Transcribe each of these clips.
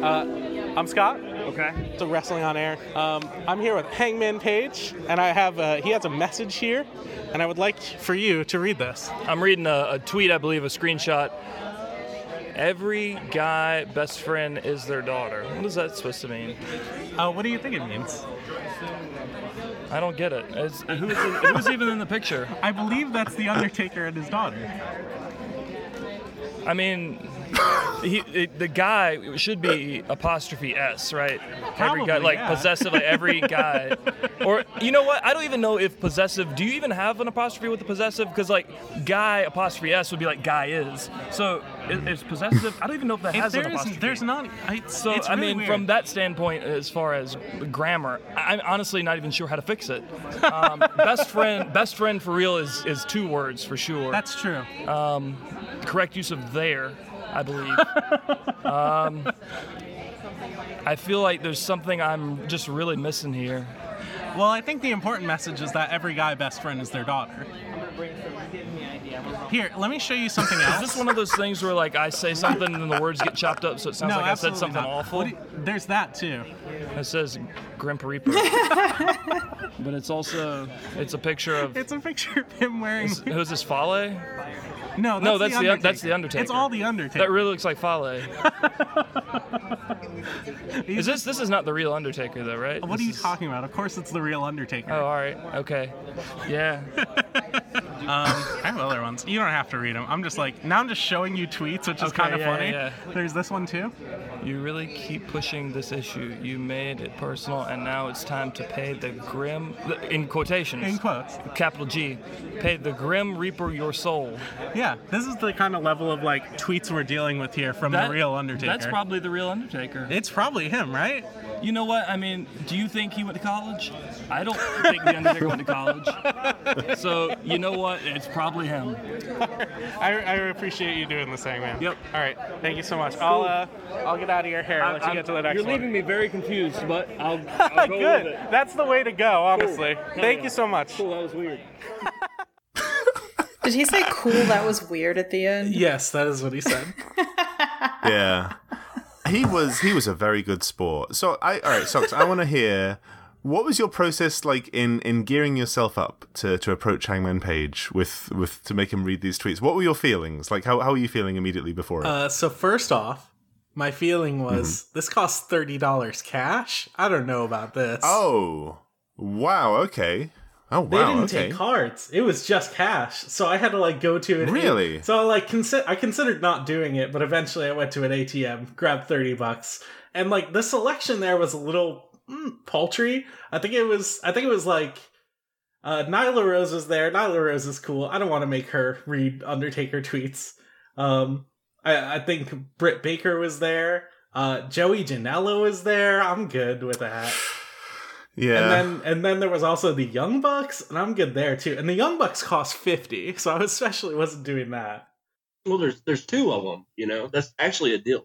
Uh, I'm Scott. Okay. It's a Wrestling on Air. Um, I'm here with Hangman Page, and I have uh he has a message here, and I would like for you to read this. I'm reading a, a tweet, I believe, a screenshot. Every guy best friend is their daughter. What is that supposed to mean? Uh, what do you think it means? I don't get it. It's, who's, in- who's even in the picture? I believe that's the Undertaker and his daughter. I mean, he, it, the guy should be apostrophe s, right? every guy, Probably, like yeah. possessive, like every guy. or you know what? I don't even know if possessive. Do you even have an apostrophe with the possessive? Because like guy apostrophe s would be like guy is. So it, it's possessive. I don't even know if that If has an there is, apostrophe. there's not. I, So it's I really mean, weird. from that standpoint, as far as grammar, I- I'm honestly not even sure how to fix it. Um, best friend, best friend for real is is two words for sure. Um, That's true. correct use of there, I believe. um, I feel like there's something I'm just really missing here. Well, I think the important message is that every guy best friend is their daughter. Here, let me show you something else. Is this one of those things where like I say something and the words get chopped up, so it sounds no, like I said absolutely something not. awful? What do you- there's that too. It says Grimp Reaper, but it's also it's a picture of. It's a picture of him wearing. Who's this Fale? No, that's the No, that's the- Undertaker. that's the Undertaker. It's all the Undertaker. That really looks like Fale. Is this this is not the real Undertaker though, right? What are This you is- talking about? Of course, it's the real Undertaker. Oh, all right. Okay. Yeah. Um, I have other ones. You don't have to read them. I'm just like now. I'm just showing you tweets, which is Okay, kind of yeah, funny. yeah, There's this one too. You really keep pushing this issue. You made it personal, and now it's time to pay the grim in quotations. In quotes. Capital G. Pay the grim reaper your soul. Yeah, this is the kind of level of like tweets we're dealing with here from the real Undertaker. That's probably the real Undertaker. It's probably him, right? You know what? I mean, do you think he went to college? I don't think the Undertaker went to college. So you know what? It's probably him. I, I appreciate you doing this thing, man. Yep. All right. Thank you so much. I'll uh, I'll get out of your hair. and let you get to the next You're one. leaving me very confused, but I'll, I'll go Good. with it. That's the way to go. Honestly. Hell Thank yeah. you so much. Cool, that was weird. Did he say cool? That was weird at the end. Yes, that is what he said. yeah. He was he was a very good sport. So I all right, socks. I want to hear what was your process like in in gearing yourself up to to approach Hangman Page with with to make him read these tweets? What were your feelings? Like how how were you feeling immediately before it? Uh, so first off, my feeling Mm-hmm. was this costs thirty dollars cash. I don't know about this. oh wow, okay. Oh they wow, didn't okay. take cards. It was just cash. So I had to like go to an Really? so I like consi- I considered not doing it, but eventually I went to an ATM, grabbed thirty bucks, and like the selection there was a little mm, paltry. I think it was. I think it was like. Uh, Nyla Rose was there. Nyla Rose is cool. I don't want to make her read Undertaker tweets. Um, I, I think Britt Baker was there. Uh, Joey Janela was there. I'm good with that. yeah. And then and then there was also the Young Bucks, and I'm good there too. And the Young Bucks cost fifty, so I especially wasn't doing that. Well, there's there's two of them. You know, that's actually a deal.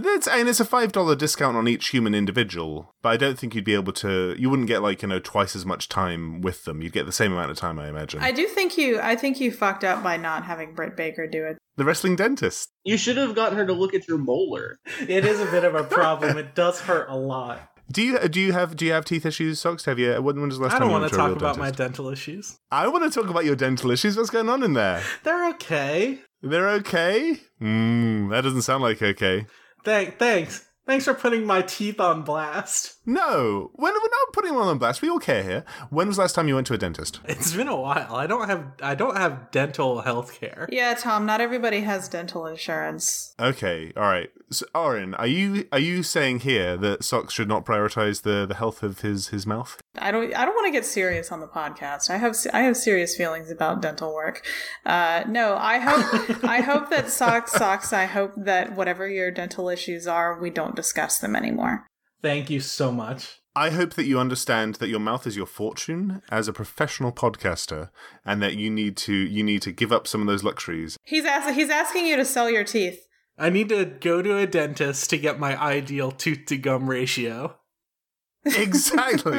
That's, and it's a five dollar discount on each human individual, but I don't think you'd be able to. You wouldn't get like you know twice as much time with them. You'd get the same amount of time, I imagine. I do think you. I think you fucked up by not having Britt Baker do it. the wrestling dentist. You should have gotten her to look at your molar. It is a bit of a problem. It does hurt a lot. Do you do you have do you have teeth issues, socks? Have you? When, when was the I last time don't you want went to to a talk real about my dentist? dental issues. I want to talk about your dental issues. What's going on in there? They're okay. They're okay. Mm, that doesn't sound like okay. Thank thanks. Thanks for putting my teeth on blast. No, when we're not putting one on blast. We all care here. When was the last time you went to a dentist? It's been a while. I don't have I don't have dental health care. Yeah, Tom. Not everybody has dental insurance. Okay, all right. So, Aaron, are you are you saying here that socks should not prioritize the the health of his his mouth? I don't. I don't want to get serious on the podcast. I have. se- I have serious feelings about dental work. Uh, no, I hope. I hope that socks. Socks. I hope that whatever your dental issues are, we don't discuss them anymore. Thank you so much. I hope that you understand that your mouth is your fortune as a professional podcaster, and that you need to you need to give up some of those luxuries. He's asking. He's asking you to sell your teeth. I need to go to a dentist to get my ideal tooth to gum ratio. Exactly.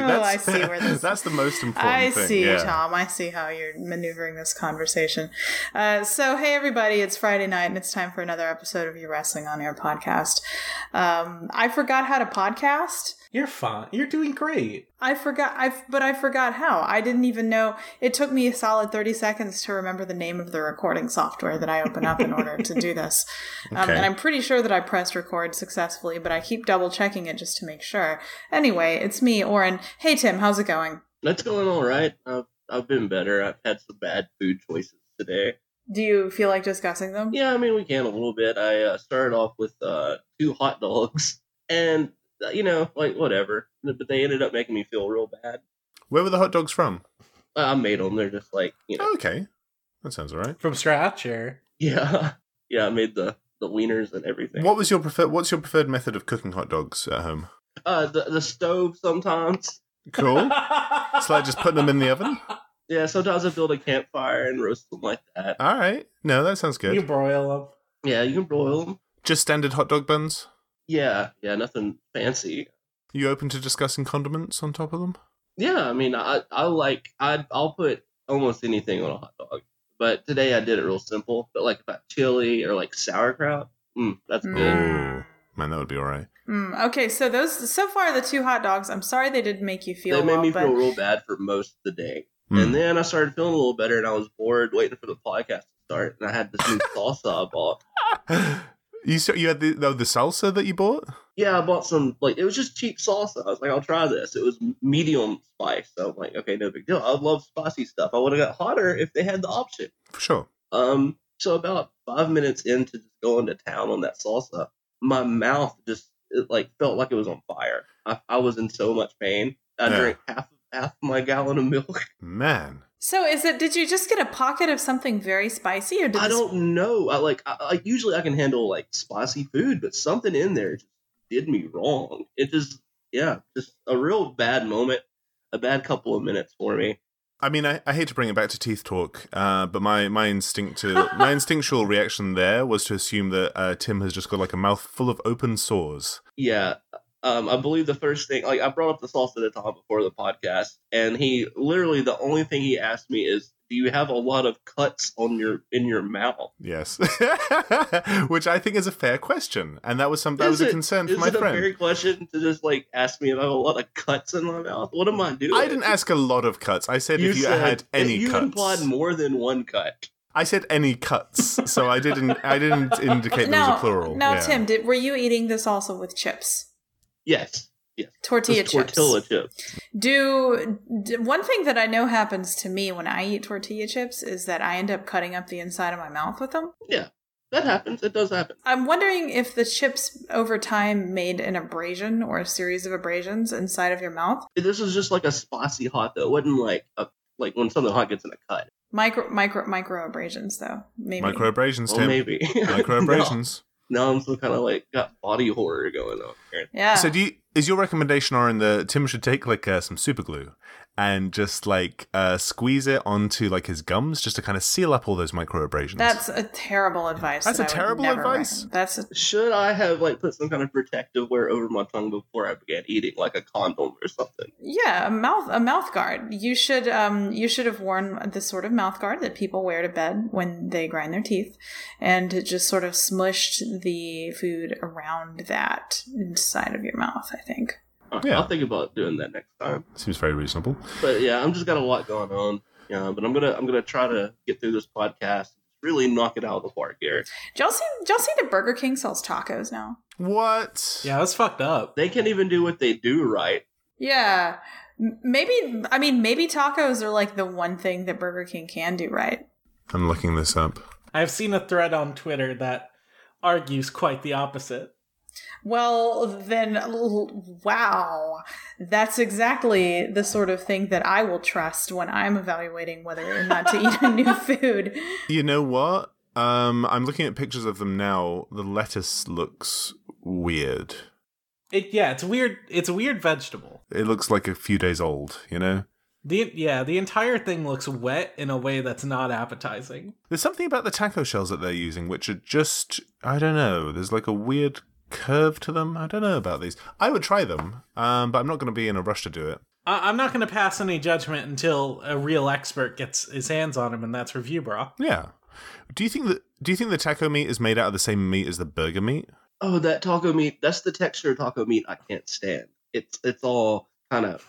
Oh, that's, I see where this- That's the most important I thing. see, yeah. Tom. I see how you're maneuvering this conversation. Uh, so, hey, everybody, it's Friday night, and it's time for another episode of your Wrestling on Air podcast. Um, I forgot how to podcast. You're fine. You're doing great. I forgot, I but I forgot how. I didn't even know. It took me a solid thirty seconds to remember the name of the recording software that I open up in order to do this. Um, Okay. And I'm pretty sure that I pressed record successfully, but I keep double checking it just to make sure. Anyway, it's me, Oren. Hey, Tim, how's it going? That's going all right. I've, I've been better. I've had some bad food choices today. Do you feel like discussing them? Yeah, I mean, we can a little bit. I uh, started off with uh, two hot dogs, and uh, you know, like whatever. But they ended up making me feel real bad. Where were the hot dogs from? Uh, I made them. They're just like you know, Oh, okay. That sounds all right. From scratch, or yeah, yeah. I made the the wieners and everything. What was your preferred? What's your preferred method of cooking hot dogs at home? Uh, the the stove sometimes. Cool. so like just putting them in the oven. Ah. Yeah, sometimes I build a campfire and roast them like that. All right. No, that sounds good. you broil them. Yeah, you can broil them. Just standard hot dog buns. Yeah, yeah, nothing fancy. You open to discussing condiments on top of them? Yeah, I mean, I I like I I'll put almost anything on a hot dog, but today I did it real simple. But like if I have chili or like sauerkraut, mm, that's good. Oh man, that would be all right. Mm, okay, so those so far the two hot dogs. I'm sorry they didn't make you feel. They made well, me but feel real bad for most of the day, Mm. and then I started feeling a little better, and I was bored waiting for the podcast to start, and I had this new salsa I bought. You so you had the though the salsa that you bought? Yeah, I bought some like it was just cheap salsa. I was like, I'll try this. It was medium spice, so I'm like, okay, no big deal. I love spicy stuff. I would have got hotter if they had the option. For sure. Um, so about five minutes into just going to town on that salsa, my mouth just it, like felt like it was on fire. I, I was in so much pain. I Yeah. drank half half my gallon of milk. Man. So is it? Did you just get a pocket of something very spicy, or did I this- don't know. I like I, like usually I can handle like spicy food, but something in there just did me wrong. It just yeah, just a real bad moment, a bad couple of minutes for me. I mean, I, I hate to bring it back to teeth talk, uh, but my my instinct to my instinctual reaction there was to assume that uh, Tim has just got like a mouthful of open sores. Yeah. Um, I believe the first thing, like I brought up the salsa to Tom before the podcast, and he literally the only thing he asked me is, "Do you have a lot of cuts on your in your mouth?" Yes, which I think is a fair question, and that was some that Is was a it- concern Is for my it friend. a fair question to just like ask me if I have a lot of cuts in my mouth? What am I doing? I didn't ask a lot of cuts. I said if you had any you cuts. implied more than one cut. I said any cuts, so I didn't. I didn't indicate there Now, was a plural. now, Yeah. Tim, did, were you eating this also with chips, Yes, just tortilla chips? tortilla chips. Do d- one thing that I know happens to me when I eat tortilla chips is that I end up cutting up the inside of my mouth with them. That happens. It does happen. I'm wondering if the chips over time made an abrasion or a series of abrasions inside of your mouth. This was just like a spicy hot though. It wasn't like a like when something hot gets in a cut. Micro, micro, micro abrasions, though. Maybe. Micro abrasions, Well, Tim. maybe Micro abrasions. now, now I'm still kind of like got body horror going on here. Yeah. So, do you, is your recommendation, Orin, that Tim should take like uh, some super glue and just like uh, squeeze it onto like his gums, just to kind of seal up all those micro abrasions? That's a terrible advice. That's that I a would terrible never advice? recommend. That's a, Should I have like put some kind of protective wear over my tongue before I began eating, like a condom or something? yeah, a mouth a mouth guard. You should um you should have worn the sort of mouth guard that people wear to bed when they grind their teeth, and it just sort of smushed the food around that inside of your mouth. I think. All right, Yeah. I'll think about doing that next time. seems very reasonable. But yeah, I'm just got a lot going on. Yeah, but I'm gonna I'm gonna try to get through this podcast. Really knock it out of the park here. Did y'all see? Did y'all see that Burger King sells tacos now? What? Yeah, that's fucked up. They can't even do what they do right. Yeah. M- Maybe I mean maybe tacos are like the one thing that Burger King can do right. I'm looking this up. I've seen a thread on Twitter that argues quite the opposite. Well, then, l- wow. That's exactly the sort of thing that I will trust when I'm evaluating whether or not to eat a new food. You know what? Um, I'm looking at pictures of them now. The lettuce looks weird. It yeah, it's weird. It's a weird vegetable. It looks like a few days old. You know. The yeah, the entire thing looks wet in a way that's not appetizing. There's something about the taco shells that they're using, which are just I don't know. There's like a weird curve to them. I don't know about these. I would try them, um, but I'm not going to be in a rush to do it. I- I'm not going to pass any judgment until a real expert gets his hands on him, and that's review bra. Yeah. Do you think that? Do you think the taco meat is made out of the same meat as the burger meat? Oh, that taco meat. That's the texture of taco meat I can't stand. It's it's all kind of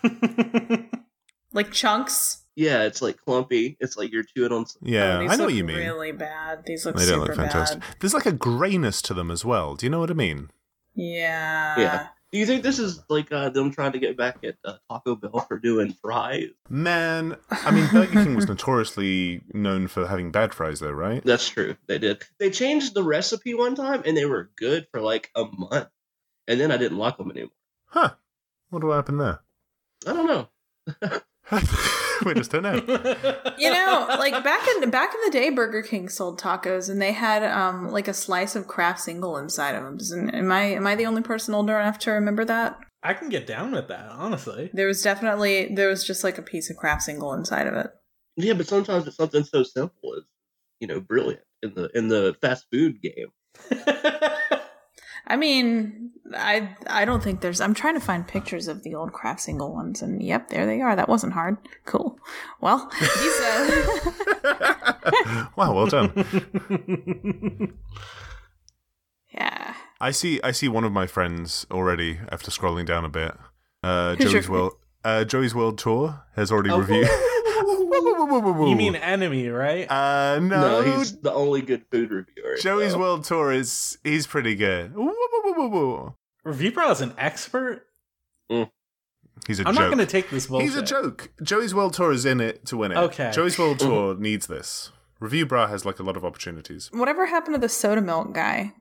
Like chunks. yeah. It's like clumpy. It's like you're chewing on. Some, Yeah, Oh, these I know look what you mean. Really bad. These look they super don't look fantastic. bad. There's like a grayness to them as well. Do you know what I mean? Yeah. Yeah. do you think this is like uh, them trying to get back at uh, Taco Bell for doing fries? Man, I mean, Burger King was notoriously known for having bad fries, though, right? That's true. They did. They changed the recipe one time, and they were good for like a month, and then I didn't like them anymore. Huh. What will happen there? I don't know. we just don't know. You know, like back in back in the day, Burger King sold tacos, and they had um like a slice of Kraft single inside of them. And am I am I the only person older enough to remember that? I can get down with that, honestly. There was definitely there was just like a piece of Kraft single inside of it. Yeah, but sometimes it's something so simple is you know brilliant in the in the fast food game. I mean, I I don't think there's. I'm trying to find pictures of the old Kraft single ones, and yep, there they are. That wasn't hard. Cool. Well, these, uh, wow, well done. yeah. I see. I see one of my friends already after scrolling down a bit. Uh, Who's your Joey's friend? world. Uh, Joey's world tour has already Oh. reviewed. Oh. you mean enemy, right? Uh, No, no, he's the only good food reviewer. Joey's so. world tour is he's pretty good. Woo, woo, woo, woo, woo. review bra is an expert. Mm. He's a I'm not joke. going to take this bullshit. he's a joke. Joey's world tour is in it to win it. Okay. Joey's world Mm-hmm. tour needs this. Review Bra has like a lot of opportunities. Whatever happened to the soda milk guy?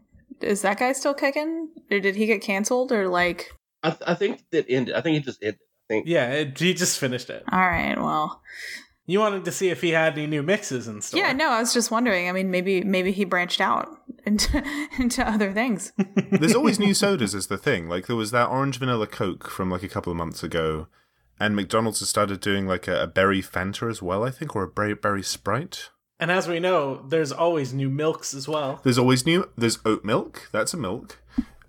Is that guy still kicking, or did he get canceled, or like? I, th- I think that ended. I think it just ended. Yeah, it, he just finished it. All right, Oh, well, You wanted to see if he had any new mixes and stuff. yeah. No, I was just wondering. I mean, maybe maybe he branched out into into other things. There's always new sodas is the thing. Like there was that orange vanilla Coke from like a couple of months ago, and McDonald's has started doing like a, a berry Fanta as well, I think, or a berry, berry Sprite. And as we know, there's always new milks as well. There's always new. There's oat milk. That's a milk.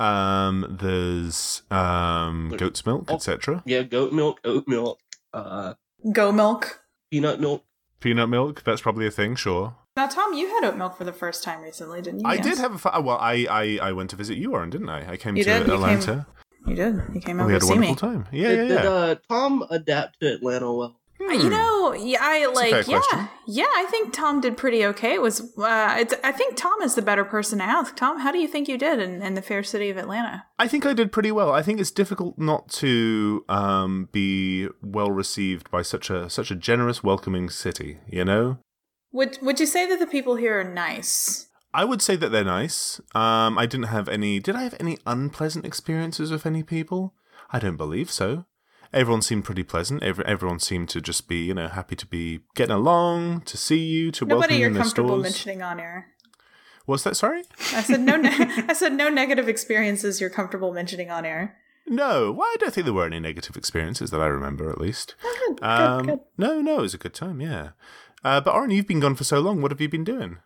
Um, there's um, goat's milk, etc. Yeah, goat milk, oat milk, uh, Go milk. peanut milk. Peanut milk. That's probably a thing. Sure. Now, Tom, you had oat milk for the first time recently, didn't you? I Yes. did have a fa- uh, well. I, I I went to visit you, Oren, didn't I? I came You to did, you Atlanta. You did. You came we over Oh, had to a see wonderful me. time. Yeah, did yeah, did, yeah. uh, Tom adapt to Atlanta well? You know, yeah, I Hmm. a fair like, yeah, question. yeah. I think Tom did pretty okay. It was, uh, it's, I think Tom is the better person to ask. Tom, how do you think you did in, in the fair city of Atlanta? I think I did pretty well. I think it's difficult not to um, be well received by such a such a generous, welcoming city. You know, Would Would you say that the people here are nice? I would say that they're nice. Um, I didn't have any. Did I have any unpleasant experiences with any people? I don't believe so. Everyone seemed pretty pleasant. Every, everyone seemed to just be, you know, happy to be getting along, to see you, to welcome Nobody you you're in their comfortable stores. mentioning on air. Was that sorry? I said no. Ne- I said no negative experiences you're comfortable mentioning on air. No. Well, I don't think there were any negative experiences that I remember, at least. Oh, Good, good, Um, good. No, no, it was a good time. Yeah. Uh, but Oren, you've been gone for so long. What have you been doing?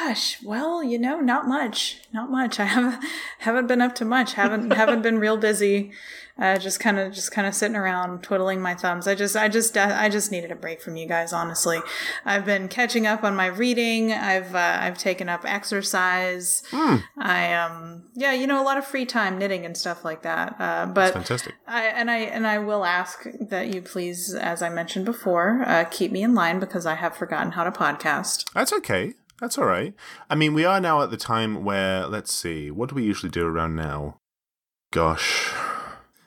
Gosh, well, you know, not much, not much. I haven't haven't been up to much. haven't haven't been real busy. Uh, just kind of just kind of sitting around twiddling my thumbs. I just I just uh, I just needed a break from you guys. Honestly, I've been catching up on my reading. I've uh, I've taken up exercise. I um yeah, you know, a lot of free time knitting and stuff like that. Uh, but Fantastic. I, and I and I will ask that you please, as I mentioned before, uh, keep me in line because I have forgotten how to podcast. That's okay. That's all right. I mean, we are now at the time where, let's see, what do we usually do around now? Gosh.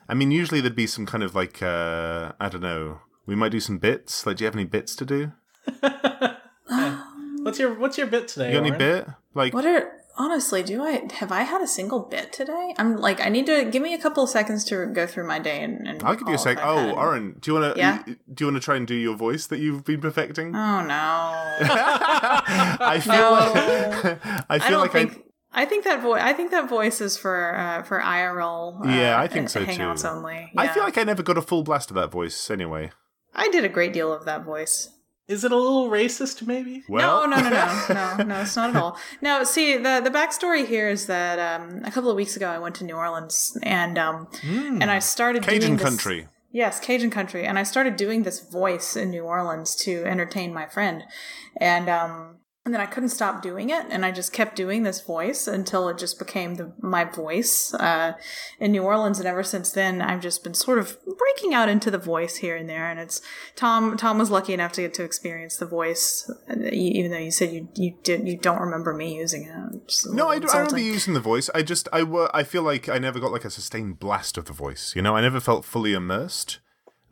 I mean, usually there'd be some kind of like, uh, I don't know, we might do some bits. Like, do you have any bits to do? What's your What's your bit today? You got any Oren? bit? Like, What are honestly? Do I have I had a single bit today? I'm like I need to give me a couple of seconds to go through my day and. and I'll give you recall a sec. if I've Oh, had- Oren, do you want to Yeah? do you want to try and do your voice that you've been perfecting? Oh no! I feel No. like I I feel don't like think. I, think that voice. I think that voice is for uh, for IRL. Uh, Yeah, I think so too. hangouts only. I, I Yeah. feel like I never got a full blast of that voice anyway. I did a great deal of that voice. Is it a little racist, maybe? Well, no, no, no, no, no, no. It's not at all. No, see, the the backstory here is that um, a couple of weeks ago I went to New Orleans and um, Hmm. and I started doing Cajun this- country. Yes, Cajun country, and I started doing this voice in New Orleans to entertain my friend, and um, and then I couldn't stop doing it, and I just kept doing this voice until it just became the, my voice uh, in New Orleans, and ever since then I've just been sort of breaking out into the voice here and there, and it's Tom. Tom was lucky enough to get to experience the voice, uh, e- even though you said you you did you don't remember me using it. It's a No, little I, do- I remember insulting. using the voice. I just, I, were, I feel like I never got like a sustained blast of the voice. You know, I never felt fully immersed.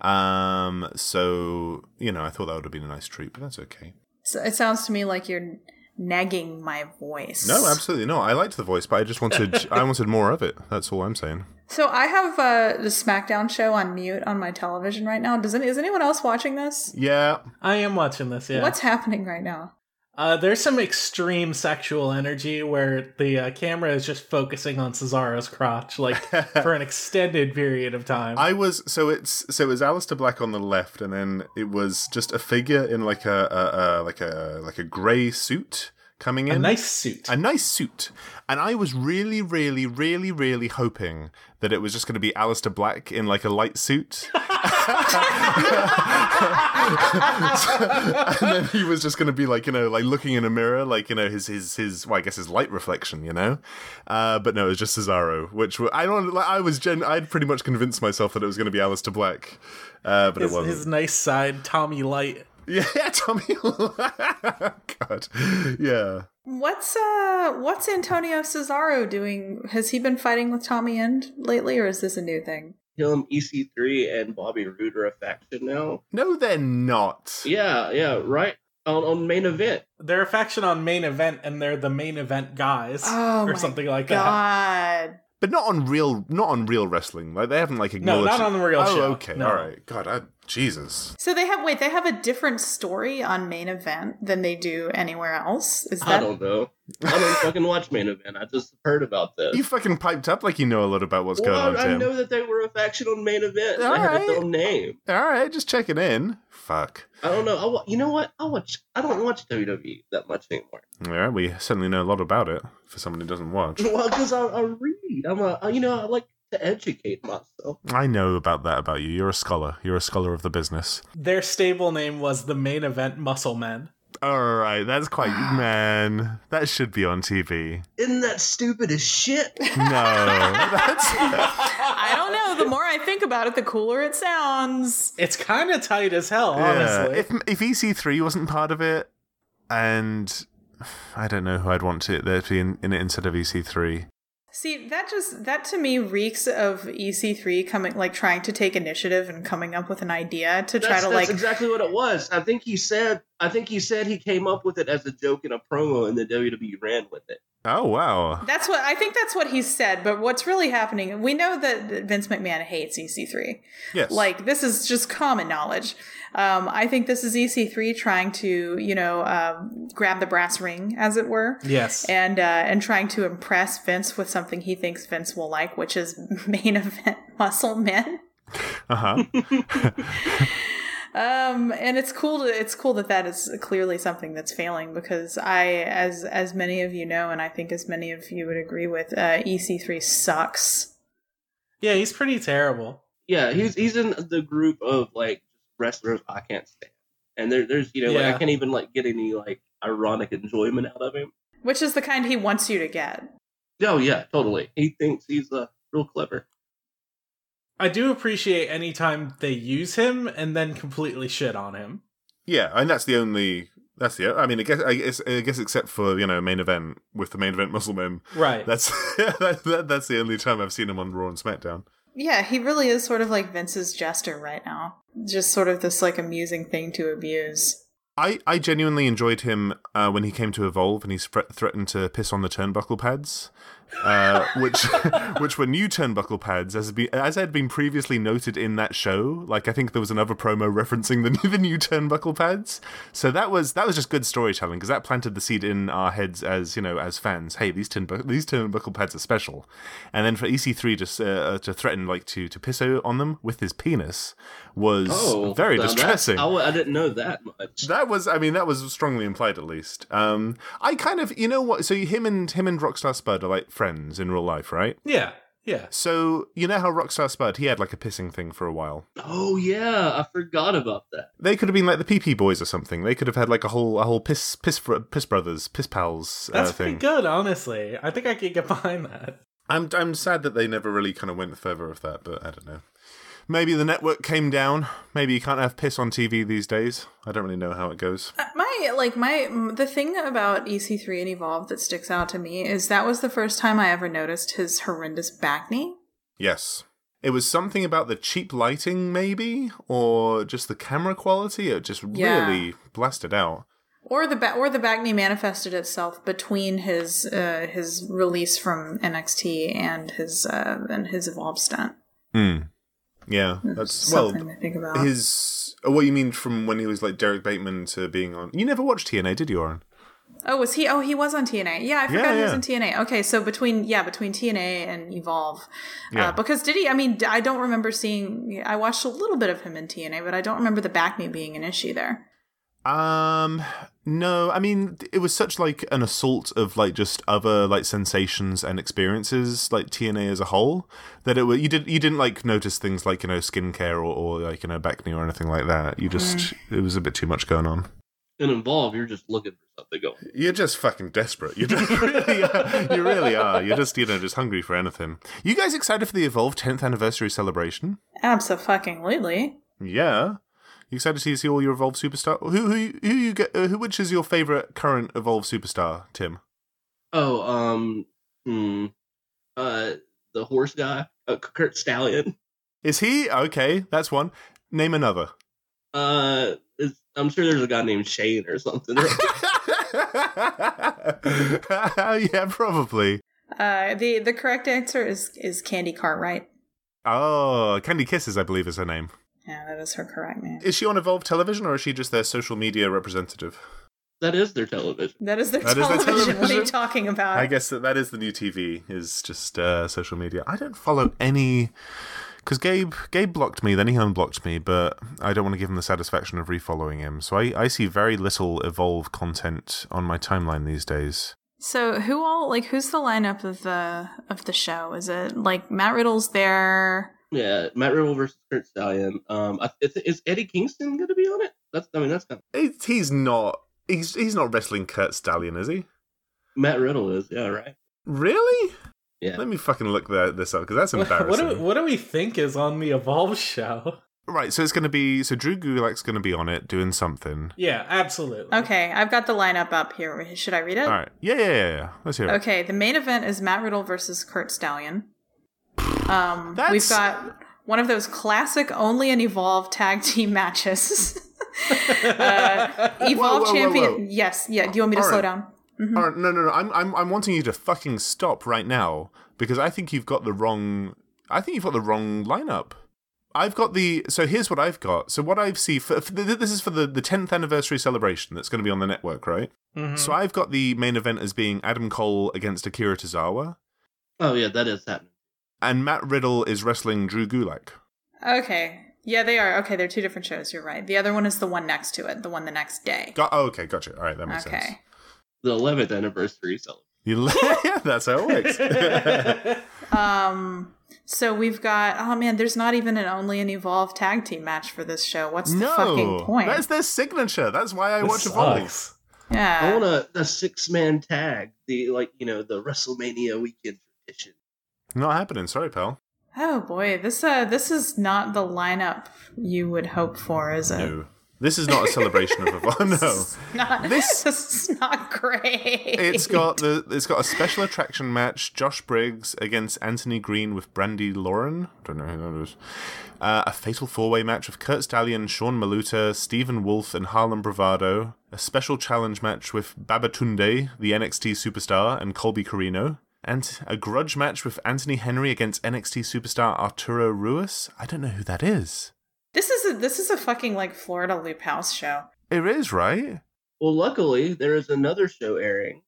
Um, so you know, I thought that would have been a nice treat, but that's okay. So it sounds to me like you're nagging my voice. No, absolutely no. I liked the voice, but I just wanted, I wanted more of it. That's all I'm saying. So I have uh, the SmackDown show on mute on my television right now. Does any, is anyone else watching this? Yeah, I am watching this. Yeah. What's happening right now? Uh, there's some extreme sexual energy where the uh, camera is just focusing on Cesaro's crotch, like for an extended period of time. I was so it's so it was Alistair Black on the left, and then it was just a figure in like a, a, a like a like a grey suit coming in, a nice suit. a nice suit, and I was really, really, really, really hoping that it was just going to be Alistair Black in like a light suit. and then he was just going to be like you know like looking in a mirror like you know his his his well, I guess his light reflection you know, uh, but no it was just Cesaro which wa- I don't like, I was gen I'd pretty much convinced myself that it was going to be Alistair Black, uh, but his, it wasn't. his nice side, Tommy Light. Yeah, Tommy. God, yeah. What's uh what's Antonio Cesaro doing? Has he been fighting with Tommy End lately or is this a new thing? Him, EC3, and Bobby Roode are a faction now. No, they're not. Yeah, Uh, yeah, right. On, on main event. They're a faction on main event, and they're the main event guys, Oh or my something like that. God. But not on real, not on real wrestling. Like they haven't like No, acknowledged. not on the real oh, show. okay, No. all right. God, I, Jesus. So they have wait, they have a different story on main event than they do anywhere else. Is I that don't know. I don't fucking watch main event. I just heard about this. You fucking piped up like you know a lot about what's well, going on, I, I Tim. know that they were a faction on main event. and I heard Alright. their own name. All right, just checking in. Fuck. I don't know. I wa- you know what? I watch. I don't watch WWE that much anymore. All right, we certainly know a lot about it for someone who doesn't watch. Well, because I, I read. I'm a. I- You know, I like to educate myself. I know about that about you. You're a scholar. You're a scholar of the business. Their stable name was the main event Muscle Men. All right, that's quite man. That should be on TV. Isn't that stupid as shit? No, that's I don't know. The more I think about it, the cooler it sounds. It's kind of tight as hell, Yeah, honestly. If if EC3 wasn't part of it, and I don't know who I'd want to there to be in, in it instead of E EC3. See, that just that to me reeks of EC3 coming like trying to take initiative and coming up with an idea to try That's, to that's like exactly what it was. I think he said. I think he said he came up with it as a joke in a promo, and the WWE E ran with it. Oh wow. That's what I think that's what he said, but what's really happening, we know that Vince McMahon hates EC3. Yes. Like this is just common knowledge. Um, I think this is EC3 trying to, you know, um, grab the brass ring as it were. yes. and uh, and trying to impress Vince with something he thinks Vince will like, which is main event muscle men. Uh-huh. Um, and it's cool to it's cool that that is clearly something that's failing because I, as as many of you know, and I think as many of you would agree with, uh, EC3 sucks. yeah, he's pretty terrible. Yeah, he's he's in the group of like wrestlers I can't stand, and there, there's you know like Yeah. I can't even like get any like ironic enjoyment out of him. Which is the kind he wants you to get. No, yeah, totally. He thinks he's uh, real clever. I do appreciate any time they use him and then completely shit on him. Yeah, and that's the only that's the I mean I guess I guess, I guess except for, you know, main event with the main event Muscleman. Right. That's that, that, that's the only time I've seen him on Raw and SmackDown. Yeah, he really is sort of like Vince's jester right now. Just sort of this like amusing thing to abuse. I, I genuinely enjoyed him uh, when he came to Evolve and he spre- threatened to piss on the turnbuckle pads. uh, which which were new turnbuckle pads, as be, as had been previously noted in that show. Like I think there was another promo referencing the the new turnbuckle pads. So that was that was just good storytelling because that planted the seed in our heads as you know as fans. Hey, these turnbuckle these turnbuckle pads are special. And then for EC3 just uh, to threaten like to to piss on them with his penis was very now that- distressing. I, I didn't know that much. That was, I mean, that was strongly implied at least. Um, I kind of, you know what? So him and him and Rockstar Spud are like friends in real life, right? Yeah, yeah. So you know how Rockstar Spud he had like a pissing thing for a while. Oh yeah, I forgot about that. They could have been like the Pee Pee Boys or something. They could have had like a whole a whole piss piss fr- piss brothers piss pals uh, That's thing. pretty good, honestly. I think I could get behind that. I'm I'm sad that they never really kind of went further with that, but I don't know. Maybe the network came down. Maybe you can't have piss on TV these days. I don't really know how it goes. Uh, My like my m- the thing about EC3 and Evolve that sticks out to me is that was the first time I ever noticed his horrendous back knee. Yes. It was something about the cheap lighting, maybe, or just the camera quality. It just Yeah. really blasted out. Or the ba- or the back knee manifested itself between his uh, his release from NXT and his uh, and his Evolve stunt. Hmm. Yeah, that's well. Hmm, something to think about. His oh, what you mean from when he was like Derek Bateman to being on? You never watched TNA, did you, Oren? Oh, was he? Oh, he was on TNA. Yeah, I forgot Yeah, he was yeah. in TNA. Okay, so between yeah, between TNA and Evolve, Yeah. uh, because did he? I mean, d- I don't remember seeing. I watched a little bit of him in TNA, but I don't remember the back knee being an issue there. Um, no. I mean, it was such like an assault of like just other like sensations and experiences, like TNA as a whole, that it was you did you didn't like notice things like you know skincare or, or like you know back knee or anything like that. You just Hmm. it was a bit too much going on. And involved, you're just looking for something going. You're just fucking desperate. You just really are. You really are. You're just you know just hungry for anything. You guys excited for the Evolve 10th anniversary celebration? Absolutely. Yeah. You excited to see, see all your Evolve superstar? Who who who you get? Uh, who which is your favorite current Evolve superstar, Tim? Oh, um, hmm, uh, the horse guy, uh, Kurt Stallion. Is he okay? That's one. Name another. Uh, is, I'm sure there's a guy named Shane or something. yeah, probably. Uh, the the correct answer is is Candy Cartwright. Oh, Candy Kisses, I believe, is her name. Yeah, that is her correct name. Is she on Evolve Television or is she just their social media representative? that is their television. That is their That is their television. What are you television? talking about? I guess that that is the new TV is just uh, social media. I don't follow any because Gabe Gabe blocked me, then he unblocked me, but I don't want to give him the satisfaction of refollowing him. So I, I see very little evolve content on my timeline these days. So who all like who's the lineup of the of the show? Is it like Matt Riddle's there? Yeah, Matt Riddle versus Kurt Stallion. Um, I, is, is Eddie Kingston gonna be on it? That's I mean that's kind It's, he's not he's he's not wrestling Kurt Stallion, is he? of, Matt Riddle is yeah right. Really? Yeah. Let me fucking look that, this up because that's embarrassing. What do, what do we think is on the Evolve show? Right, so it's going to be so Drew Gulak's going to be on it doing something. Yeah, absolutely. Okay, I've got the lineup up here. Should I read it? All right, yeah, yeah, yeah. yeah. Let's hear it. Oh. Okay, the main event is Matt Riddle versus Kurt Stallion. Um, That's- we've got one of those classic only an Evolve tag team matches. uh, Evolve whoa, whoa, champion. whoa. Yes, yeah. Do you want me to All slow right. down? All right, no, no, no. I'm, I'm, I'm wanting you to fucking stop right now because I think you've got the wrong. I think you've got the wrong lineup. I've got the. So here's what I've got. So what I've see for, for th- this is for the the 10th anniversary celebration that's going to be on the network, right? So I've got the main event as being Adam Cole against Akira Tozawa, Oh yeah, that is happening. and Matt Riddle is wrestling Drew Gulak. Okay. Yeah, they are. Okay, they're two different shows. You're right. The other one is the one next to it, the one the next day. Got, oh, okay, gotcha. All right, that makes sense. okay. The 11th anniversary celebration. You, yeah, that's how it works. Um. So we've got. Oh man, there's not even an only an Evolve tag team match for this show. What's the fucking no, point? that's their signature. That's why I This watch Evolve. sucks. yeah. I want a, a six man tag, the like you know the WrestleMania weekend tradition. Not happening. Sorry, pal. Oh boy, this uh this is not the lineup you would hope for, is it? No. This is not a celebration of Evolve. No. Not, This- this, is not great. It's got the it's got a special attraction match, Josh Briggs against Anthony Green with Brandy Lauren. Don't know who that is. Uh, a fatal four-way match with Kurt Stallion, Sean Maluta, Stephen Wolf, and Harlem Bravado. A special challenge match with Babatunde, the NXT superstar, and Colby Carino. Ant- a grudge match with Anthony Henry against NXT superstar Arturo Ruiz. I don't know who that is. This is a this is a fucking like Florida Loop House show. It is, right? Well, luckily there is another show airing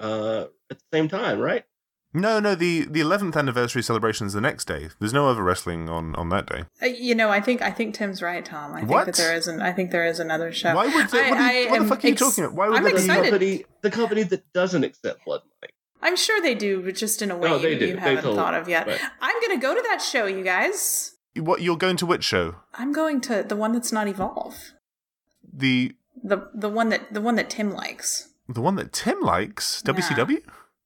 uh, at the same time, right? No, no, the, the 11th anniversary celebration is the next day. There's no other wrestling on, on that day. Uh, You know, I think I think Tim's right, Tom. I What? think that there isn't. I think there is another show. Why would they, I- what, are you- I what the am fuck are you ex- talking about? Why would I'm they the be- excited. company, the company that doesn't accept blood money. I'm sure they do, but just in a way No, Oh, they you, do. you They haven't totally thought of yet. do, but- I'm gonna go to that show, you guys. What you're going to which show? I'm going to the one that's not Evolve. The The the one that the one that Tim likes. the one that Tim likes, Yeah. WCW.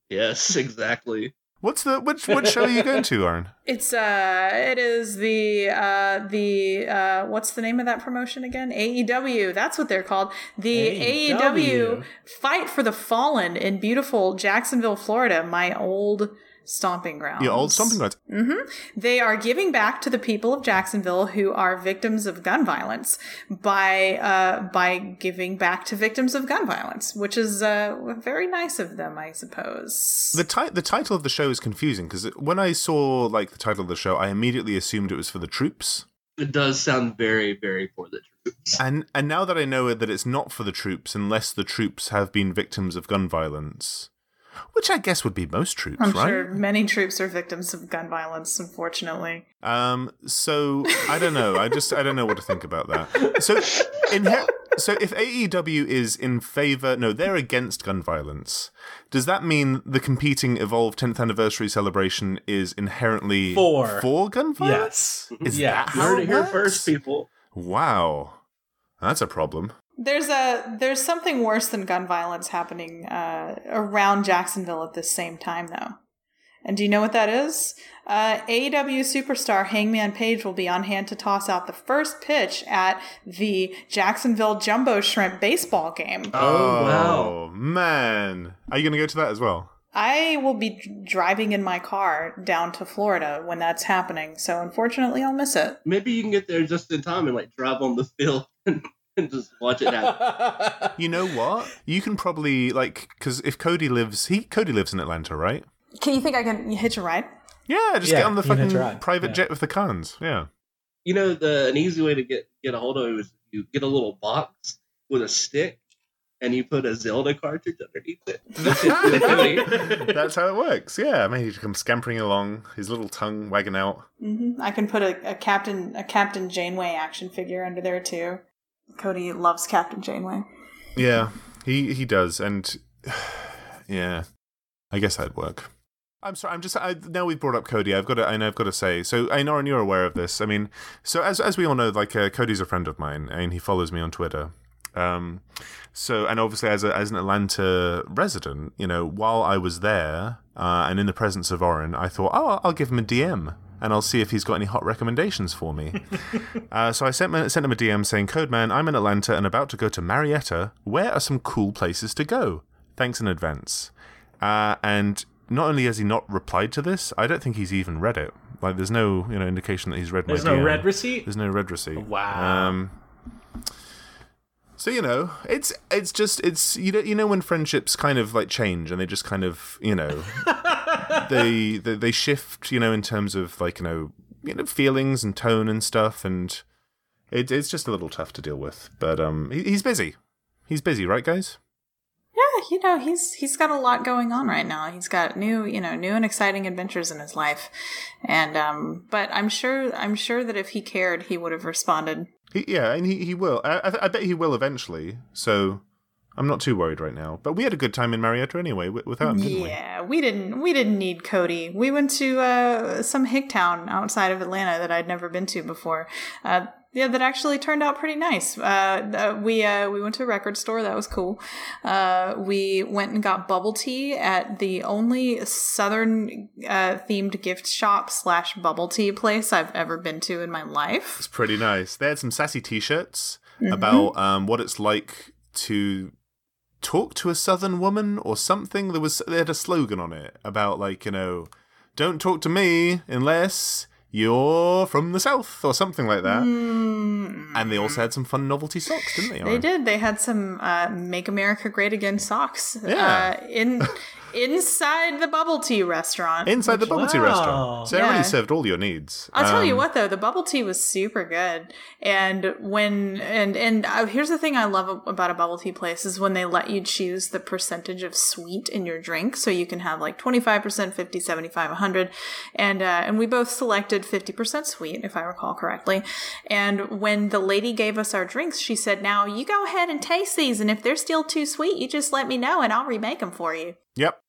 Yes, exactly. What's the which which show are you going to, Aaron? It's uh it is the uh the uh what's the name of that promotion again? AEW. That's what they're called. The AEW, E AEW. Fight for the Fallen in beautiful Jacksonville, Florida, my old stomping ground. Your old stomping grounds. hmm They are giving back to the people of Jacksonville who are victims of gun violence by uh, by giving back to victims of gun violence, which is uh, very nice of them, I suppose. The ti- the title of the show is confusing because when I saw like the title of the show, I immediately assumed it was for the troops, It does sound very, very for the troops. and and now that I know it, that it's not for the troops unless the troops have been victims of gun violence, which I guess would be most troops, I'm right? sure many troops are victims of gun violence, unfortunately. Um, so I don't know. I just I don't know what to think about that. So in so if AEW is in favor, no, they're against gun violence. Does that mean the competing Evolve 10th anniversary celebration is inherently For. for gun violence? Yes. Is yeah. that Mm-hmm. You how heard it here works? first, people. Wow, that's a problem. There's a there's something worse than gun violence happening uh, around Jacksonville at this same time, though. And do you know what that is? Uh, AEW superstar Hangman Page will be on hand to toss out the first pitch at the Jacksonville Jumbo Shrimp baseball game. Oh, Oh, man, are you going to go to that as well? I will be d- driving in my car down to Florida when that's happening, so unfortunately I'll miss it. Maybe you can get there just in time and like drive on the field and, and just watch it happen. You know what? You can probably like because if Cody lives, he Cody lives in Atlanta, right? Can you think I can hitch a ride? Yeah, just get Yeah, on the you can fucking try. private Yeah. jet with the cans. Yeah. you know, the an easy way to get get a hold of it is you get a little box with a stick and you put a Zelda cartridge underneath it. That's it for the Cody. That's how it works. Yeah. I mean, he comes scampering along, his little tongue wagging out. hmm I can put a, a Captain a Captain Janeway action figure under there too. Cody loves Captain Janeway. Yeah, he he does, and yeah, I guess that'd work. I'm sorry. I'm just I, now we've brought up Cody. I've got to. I know I've got to say. So, Inoran, you're aware of this. I mean, so as as we all know, like uh, Cody's a friend of mine, and he follows me on Twitter. Um, so and obviously as a, as an Atlanta resident, you know, while I was there uh, and in the presence of Oren, I thought, oh, I'll- I'll give him a DM and I'll see if he's got any hot recommendations for me. uh, so I sent him, sent him a DM saying, "Code man, I'm in Atlanta and about to go to Marietta. Where are some cool places to go? Thanks in advance." Uh, and not only has he not replied to this, I don't think he's even read it. Like, there's no you know indication that he's read There's my no DM. red receipt. There's no red receipt. Wow. Um, so you know, it's it's just it's you know you know when friendships kind of like change and they just kind of you know they, they they shift you know in terms of like you know you know feelings and tone and stuff and it, it's just a little tough to deal with. But um, he, he's busy. He's busy, right, guys? Yeah, you know he's he's got a lot going on right now. He's got new you know new and exciting adventures in his life, and um, but I'm sure I'm sure that if he cared, he would have responded. He, yeah, and he, he will. I, I, I bet he will eventually. So I'm not too worried right now. But we had a good time in Marietta anyway wi- without him, didn't we? yeah, we? didn't we didn't need Cody. We went to uh, some hick town outside of Atlanta that I'd never been to before. Uh, yeah, that actually turned out pretty nice. Uh, uh, we uh, we went to a record store. That was cool. Uh, we went and got bubble tea at the only southern uh, themed gift shop slash bubble tea place I've ever been to in my life. It's pretty nice. They had some sassy T-shirts Mm-hmm. about um, what it's like to talk to a Southern woman or something. There was they had a slogan on it about like you know, don't talk to me unless you're from the South or something like that. Hmm. Mm-hmm. And they also had some fun novelty socks, didn't they? They did. They had some uh, "Make America Great Again" socks. Yeah. Uh, in inside the bubble tea restaurant. Inside the bubble tea Wow. restaurant. So it Yeah. already served all your needs. I'll tell you Um, what though, the bubble tea was super good. And when and and uh, here's the thing I love about a bubble tea place is when they let you choose the percentage of sweet in your drink so you can have like 25%, 50, 75, 100. And uh, and we both selected 50% sweet if I recall correctly. And when the lady gave us our drinks, she said, "Now you go ahead and taste these and if they're still too sweet, you just let me know and I'll remake them for you." Yep.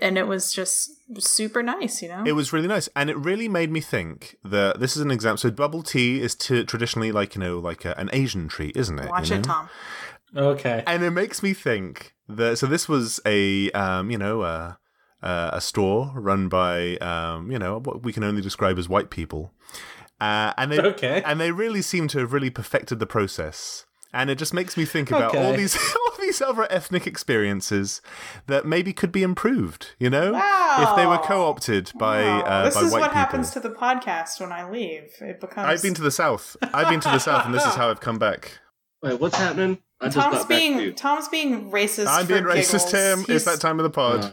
And it was just super nice, you know. It was really nice, and it really made me think that this is an example. So bubble tea is t- traditionally like you know like a, an Asian treat, isn't it? Watch you it, know? Tom. Okay. And it makes me think that so this was a um, you know a, a a store run by um, you know what we can only describe as white people, uh, and they Okay. and they really seem to have really perfected the process. And it just makes me think about all Okay. these all these other ethnic experiences that maybe could be improved. You know, if they were Wow. co-opted by uh, this by is white what people. happens to the podcast when I leave. It becomes I've been to the south. I've been to the south, and this is how I've come back. Wait, what's happening? I just Tom's got being back to. Tom's being racist. I'm being for racist, giggles. Tim. It's He's- that time of the pod. Uh.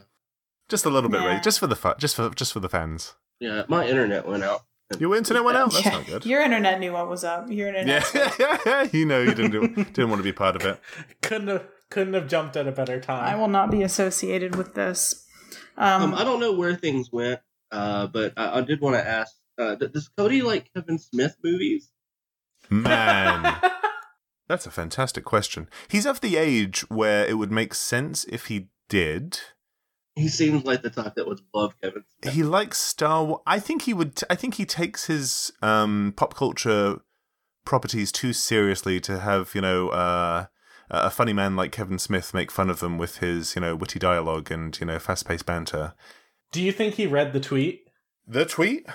just a little bit, Nah. racist. Just for the fu- just for just for the fans. Yeah, my internet went out. Your internet went out. That's Yeah. not good. Your internet knew what was up. Your yeah, internet. you know you didn't do, didn't want to be part of it. Couldn't have couldn't have jumped at a better time. I will not be associated with this. Um, Um, I don't know where things went, uh, but I, I did want to ask: uh, th- Does Cody like Kevin Smith movies? Man, that's a fantastic question. He's of the age where it would make sense if he did. He seems like the type that would love Kevin Smith. He likes Star Wars. I think he would. I think he takes his um, pop culture properties too seriously to have you know uh, a funny man like Kevin Smith make fun of them with his you know witty dialogue and you know fast paced banter. Do you think he read the tweet? The tweet.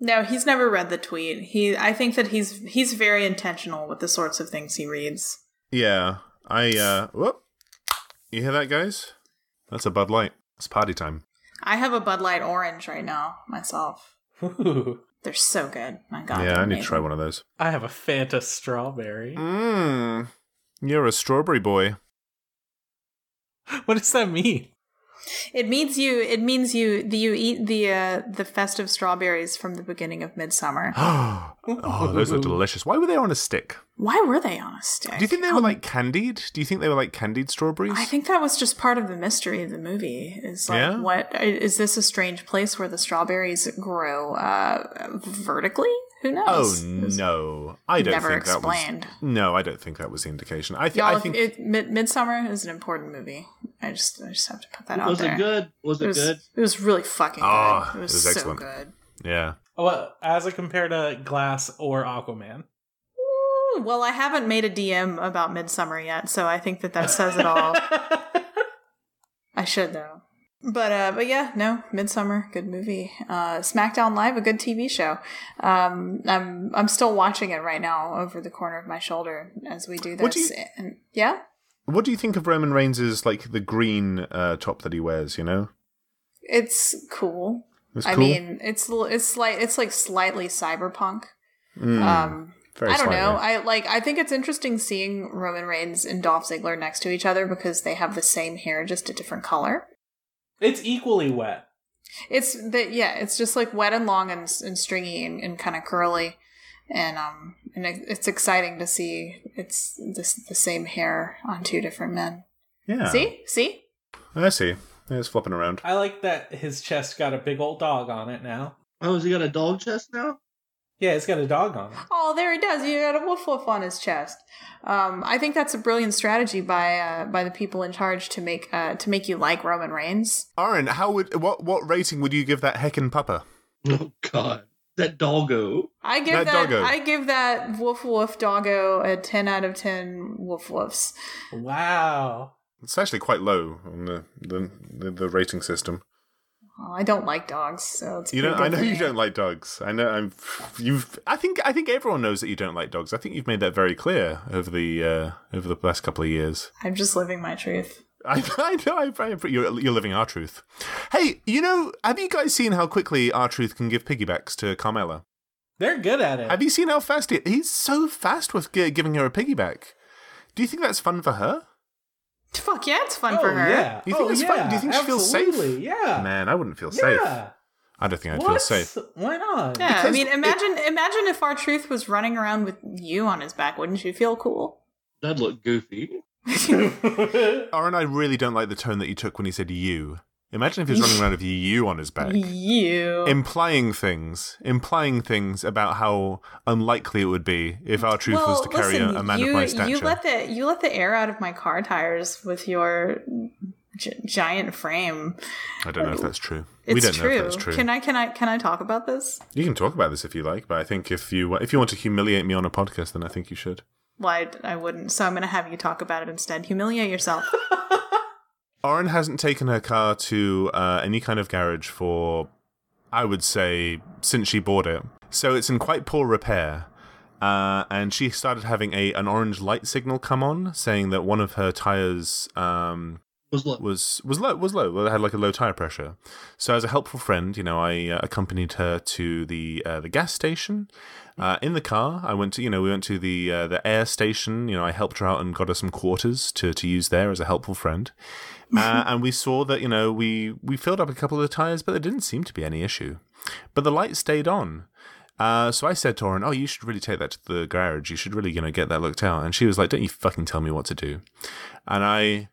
no, he's never read the tweet. He, I think that he's he's very intentional with the sorts of things he reads. Yeah, I. uh Whoop. You hear that, guys? That's a Bud Light. It's party time. I have a Bud Light Orange right now myself. Ooh, They're so good. My God. yeah, they're I need to amazing. try one of those. I have a Fanta strawberry. Mmm. You're a strawberry boy. What does that mean? It means you. It means you. The, you eat the uh, the festive strawberries from the beginning of midsummer. oh, those are delicious. Why were they on a stick? Why were they on a stick? Do you think they were like candied? Do you think they were like candied strawberries? Um, I think that was just part of the mystery of the movie. Is like, Yeah? what uh, is this a strange place where the strawberries grow uh, vertically? Who Oh knows? It was- no, I don't Never think that explained. was. No, I don't think that was the indication. I, think. Y'all, I if think it, Mid- Midsummer is an important movie. I just, I just have to put that out was there. it good? Was it, It was, good? it was really fucking Oh, good. It was, it was so excellent. good. yeah. Well, as it compared to Glass or Aquaman. Ooh, Well, I haven't made a DM about Midsummer yet, so I think that that says it all. I should though. But uh, but yeah, no, Midsummer, good movie. Uh, SmackDown Live, a good TV show. Um, I'm I'm still watching it right now over the corner of my shoulder as we do this. What do And- yeah, What do you think of Roman Reigns' like the green uh, top that he wears? You know, it's cool. it's I cool. mean, it's l- it's like it's like slightly cyberpunk. Mm, Um, very I don't know. slightly. I like. I think it's interesting seeing Roman Reigns and Dolph Ziggler next to each other because they have the same hair, just a different color. It's equally wet. It's that yeah, it's just like wet and long and, and stringy and, and kind of curly, and um, and it, it's exciting to see it's this the same hair on two different men. yeah. See, see, I see. Yeah, It's flopping around. I like that his chest got a big old dog on it now. Oh, has he got a dog chest now? Yeah, it's got a dog on it. oh, there he does. You got a woof woof on his chest. Um, I think that's a brilliant strategy by uh, by the people in charge to make uh, to make you like Roman Reigns. Aaron, how would what what rating would you give that heckin' papa? Oh God, that doggo. I give That that, doggo. I give that woof woof doggo a ten out of ten woof woofs. Wow. It's actually quite low on the the, the, the rating system. Well, Oh, I don't like dogs, so it's You know, pretty I good know for you me. don't like dogs. I know I'm. You've. I think. I think everyone knows that you don't like dogs. I think you've made that very clear over the uh, over the last couple of years. I'm just living my truth. I, I know. I, I, you're, you're living our truth. Hey, you know, have you guys seen how quickly our truth can give piggybacks to Carmela? They're good at it. Have you seen how fast he? He's so fast with gi- giving her a piggyback. Do you think that's fun for her? Fuck yeah, it's fun for her. yeah. You think oh, it's yeah, fun? Do you think she feels safe? absolutely, Yeah. Man, I wouldn't feel safe. yeah. I don't think I'd feel What? safe. Why not? Yeah, I Because mean, it- imagine imagine if our truth was running around with you on his back. Wouldn't you feel cool? That'd look goofy. Aaron, I really don't like the tone that you took when he said you. Imagine if he was running around with you on his back. you. Implying things, implying things about how unlikely it would be if our truth well, was to carry listen, a, a man you, of my you stature. let the you let the air out of my car tires with your gi- giant frame. I don't know if that's true. It's we don't true. know if that's true. Can I can I can I talk about this? you can talk about this if you like, but I think if you if you want to humiliate me on a podcast, then I think you should. Why I wouldn't. So I'm going to have you talk about it instead. Humiliate yourself. Oren hasn't taken her car to uh, any kind of garage for, I would say, since she bought it. So it's in quite poor repair. Uh, and she started having a an orange light signal come on, saying that one of her tires um, Was look. was was low was low. Well, it had like a low tire pressure. So as a helpful friend, you know, I uh, accompanied her to the uh, the gas station. Uh, in the car, I went to you know we went to the uh, the air station. You know, I helped her out and got her some quarters to to use there as a helpful friend. Uh, and we saw that you know we we filled up a couple of the tires, but there didn't seem to be any issue. But the light stayed on. Uh, so I said to Oren, "Oh, you should really take that to the garage. You should really, you know, get that looked out." And she was like, "Don't you fucking tell me what to do." And I,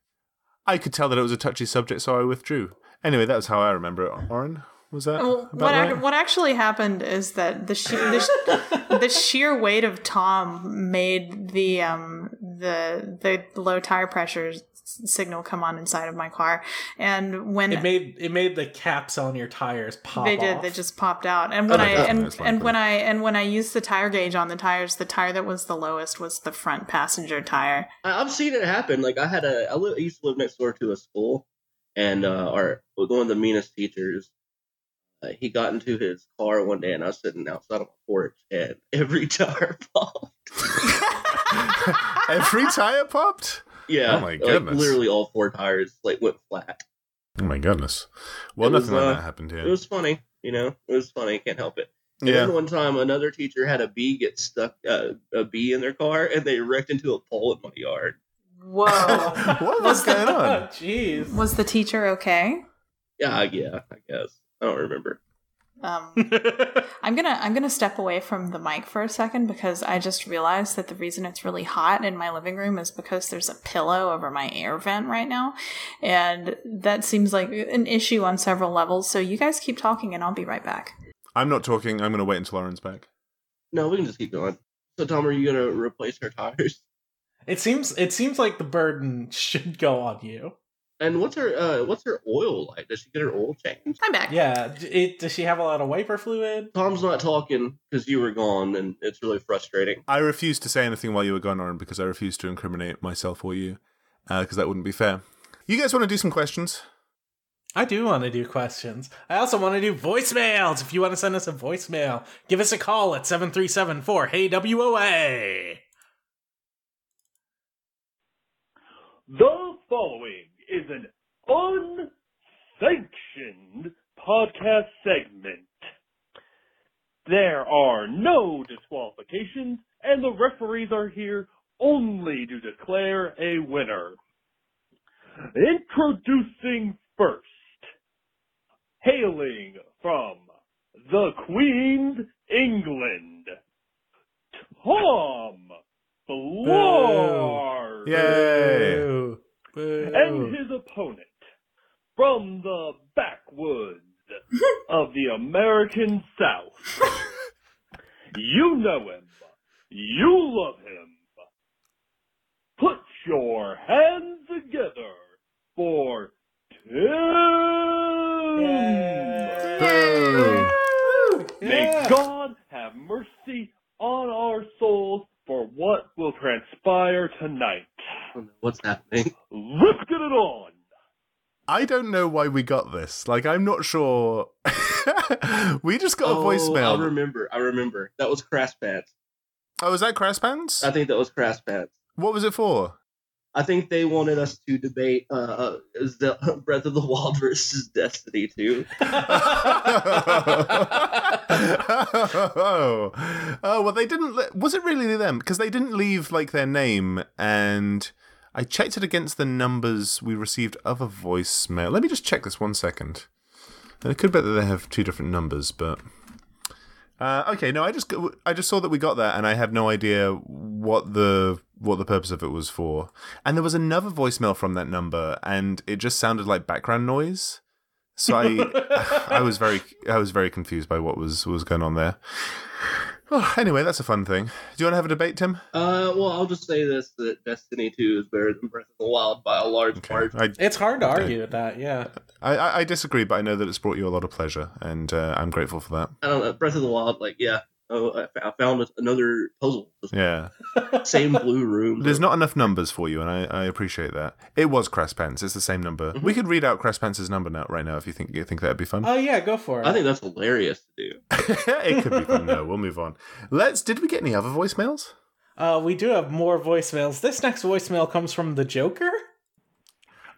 I could tell that it was a touchy subject, so I withdrew. Anyway, that was how I remember it. Oren, was that Well, Uh, about Oh, what right? ac what actually happened is that the she- the, sh- the sheer weight of Tom made the um the the low tire pressure s- signal come on inside of my car, and when It made it made the caps on your tires pop. they did, they off. just popped out. And when Oh, I that's and, most and likely. when I and when I used the tire gauge on the tires, the tire that was the lowest was the front passenger tire. I- I've seen it happen. Like I had a, I, li- I used to live next door to a school, and uh, our one of the meanest teachers, uh, he got into his car one day, and I was sitting outside on my porch, and every tire popped. Every tire popped. yeah, Oh my like, goodness. literally all four tires like went flat. Oh my goodness. Well, It was, nothing like uh, that happened here. It was funny, you know. It was funny. Can't help it. And yeah. then one time, another teacher had a bee get stuck, uh, a bee in their car, and they wrecked into a pole in my yard. Whoa! What was going on? Jeez. was the teacher okay? Yeah, yeah, I guess. I don't remember. Um, I'm gonna I'm gonna step away from the mic for a second because I just realized that the reason it's really hot in my living room is because there's a pillow over my air vent right now, and that seems like an issue on several levels. So you guys keep talking, and I'll be right back. I'm not talking. I'm going to wait until Oren's back. No, we can just keep going. So, Tom, are you gonna replace her tires? It seems it seems like the burden should go on you. And what's her uh, what's her oil like? Does she get her oil changed? I'm back. Yeah. d- It, does she have a lot of wiper fluid? Tom's not talking because you were gone, and it's really frustrating. I refuse to say anything while you were gone, Oren, because I refuse to incriminate myself or you, because that wouldn't be fair. You guys want to do some questions? I do want to do questions. I also want to do voicemails. If you want to send us a voicemail, give us a call at 7374 Hey WOA. The following is an unsanctioned podcast segment. There are no disqualifications, and the referees are here only to declare a winner. Introducing first, hailing from the Queen's England, Tom Blore Yay! Boo. Boo. and his opponent from the backwoods of the American South. you know him. You love him. Put your hands together for Tim. Boo! May God have mercy on our souls for what will transpire tonight. I don't know what's happening. Let's get it on. I don't know why we got this. Like, I'm not sure. we just got a Oh, I voicemail. remember. I remember. That was Crash Pads. oh, is that Crash Bands? I think that was Crash Pads. what was it for? I think they wanted us to debate uh, uh is the Breath of the Wild versus Destiny 2. oh. well, they didn't. Li- was it really them? Because they didn't leave like their name, and I checked it against the numbers we received other voicemail. Let me just check this one second. And it could be that they have two different numbers, but uh, okay. No, I just go- I just saw that we got that, and I have no idea what the what the purpose of it was for. And there was another voicemail from that number, and it just sounded like background noise. So I I was very I was very confused by what was was going on there. Well, anyway, that's a fun thing. Do you want to have a debate, Tim? Uh, well, I'll just say this: that Destiny Two is better than Breath of the Wild by a large margin. I, It's hard to argue with that, yeah. I- I I disagree, but I know that it's brought you a lot of pleasure, and uh, I'm grateful for that. I don't know. Breath of the Wild, like, yeah. Oh, I f- I found another puzzle. It's Yeah. the Same blue room. There's not enough numbers for you, and I, I appreciate that. It was Crash Pants. It's the same number. Mm-hmm. We could read out Crash Pants' number now, right now, if you think you think that'd be fun. Oh yeah, go for it. I think that's hilarious to do. it could be fun. No, we'll move on. Let's. Did we get any other voicemails? Uh, we do have more voicemails. This next voicemail comes from the Joker.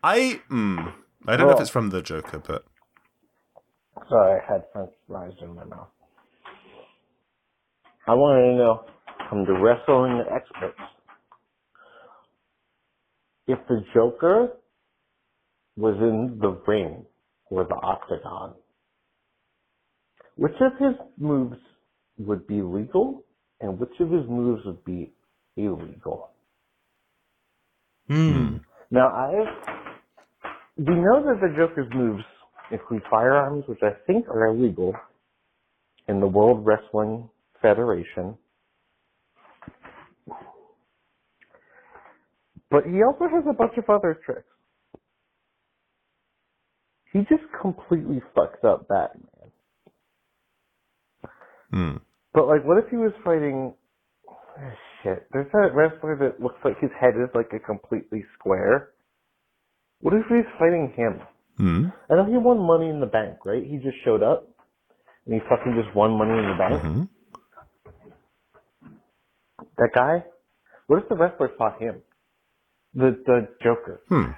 I. Mm, I don't know if it's from the Joker, but Sorry, I had French fries in my mouth. I wanted to know from the wrestling experts if the Joker was in the ring or the octagon, which of his moves would be legal and which of his moves would be illegal? Hmm. Now, I we know that the Joker's moves include firearms, which I think are illegal in the World Wrestling Federation. But he also has a bunch of other tricks. He just completely fucked up Batman. Hmm. But like, what if he was fighting? Shit, there's that wrestler that looks like his head is like a completely square. What if he was fighting him? Hmm. I know he won Money in the Bank, right? He just showed up and he fucking just won Money in the Bank. Mhm. That guy. What if the wrestler fought him? The the Joker. Hmm.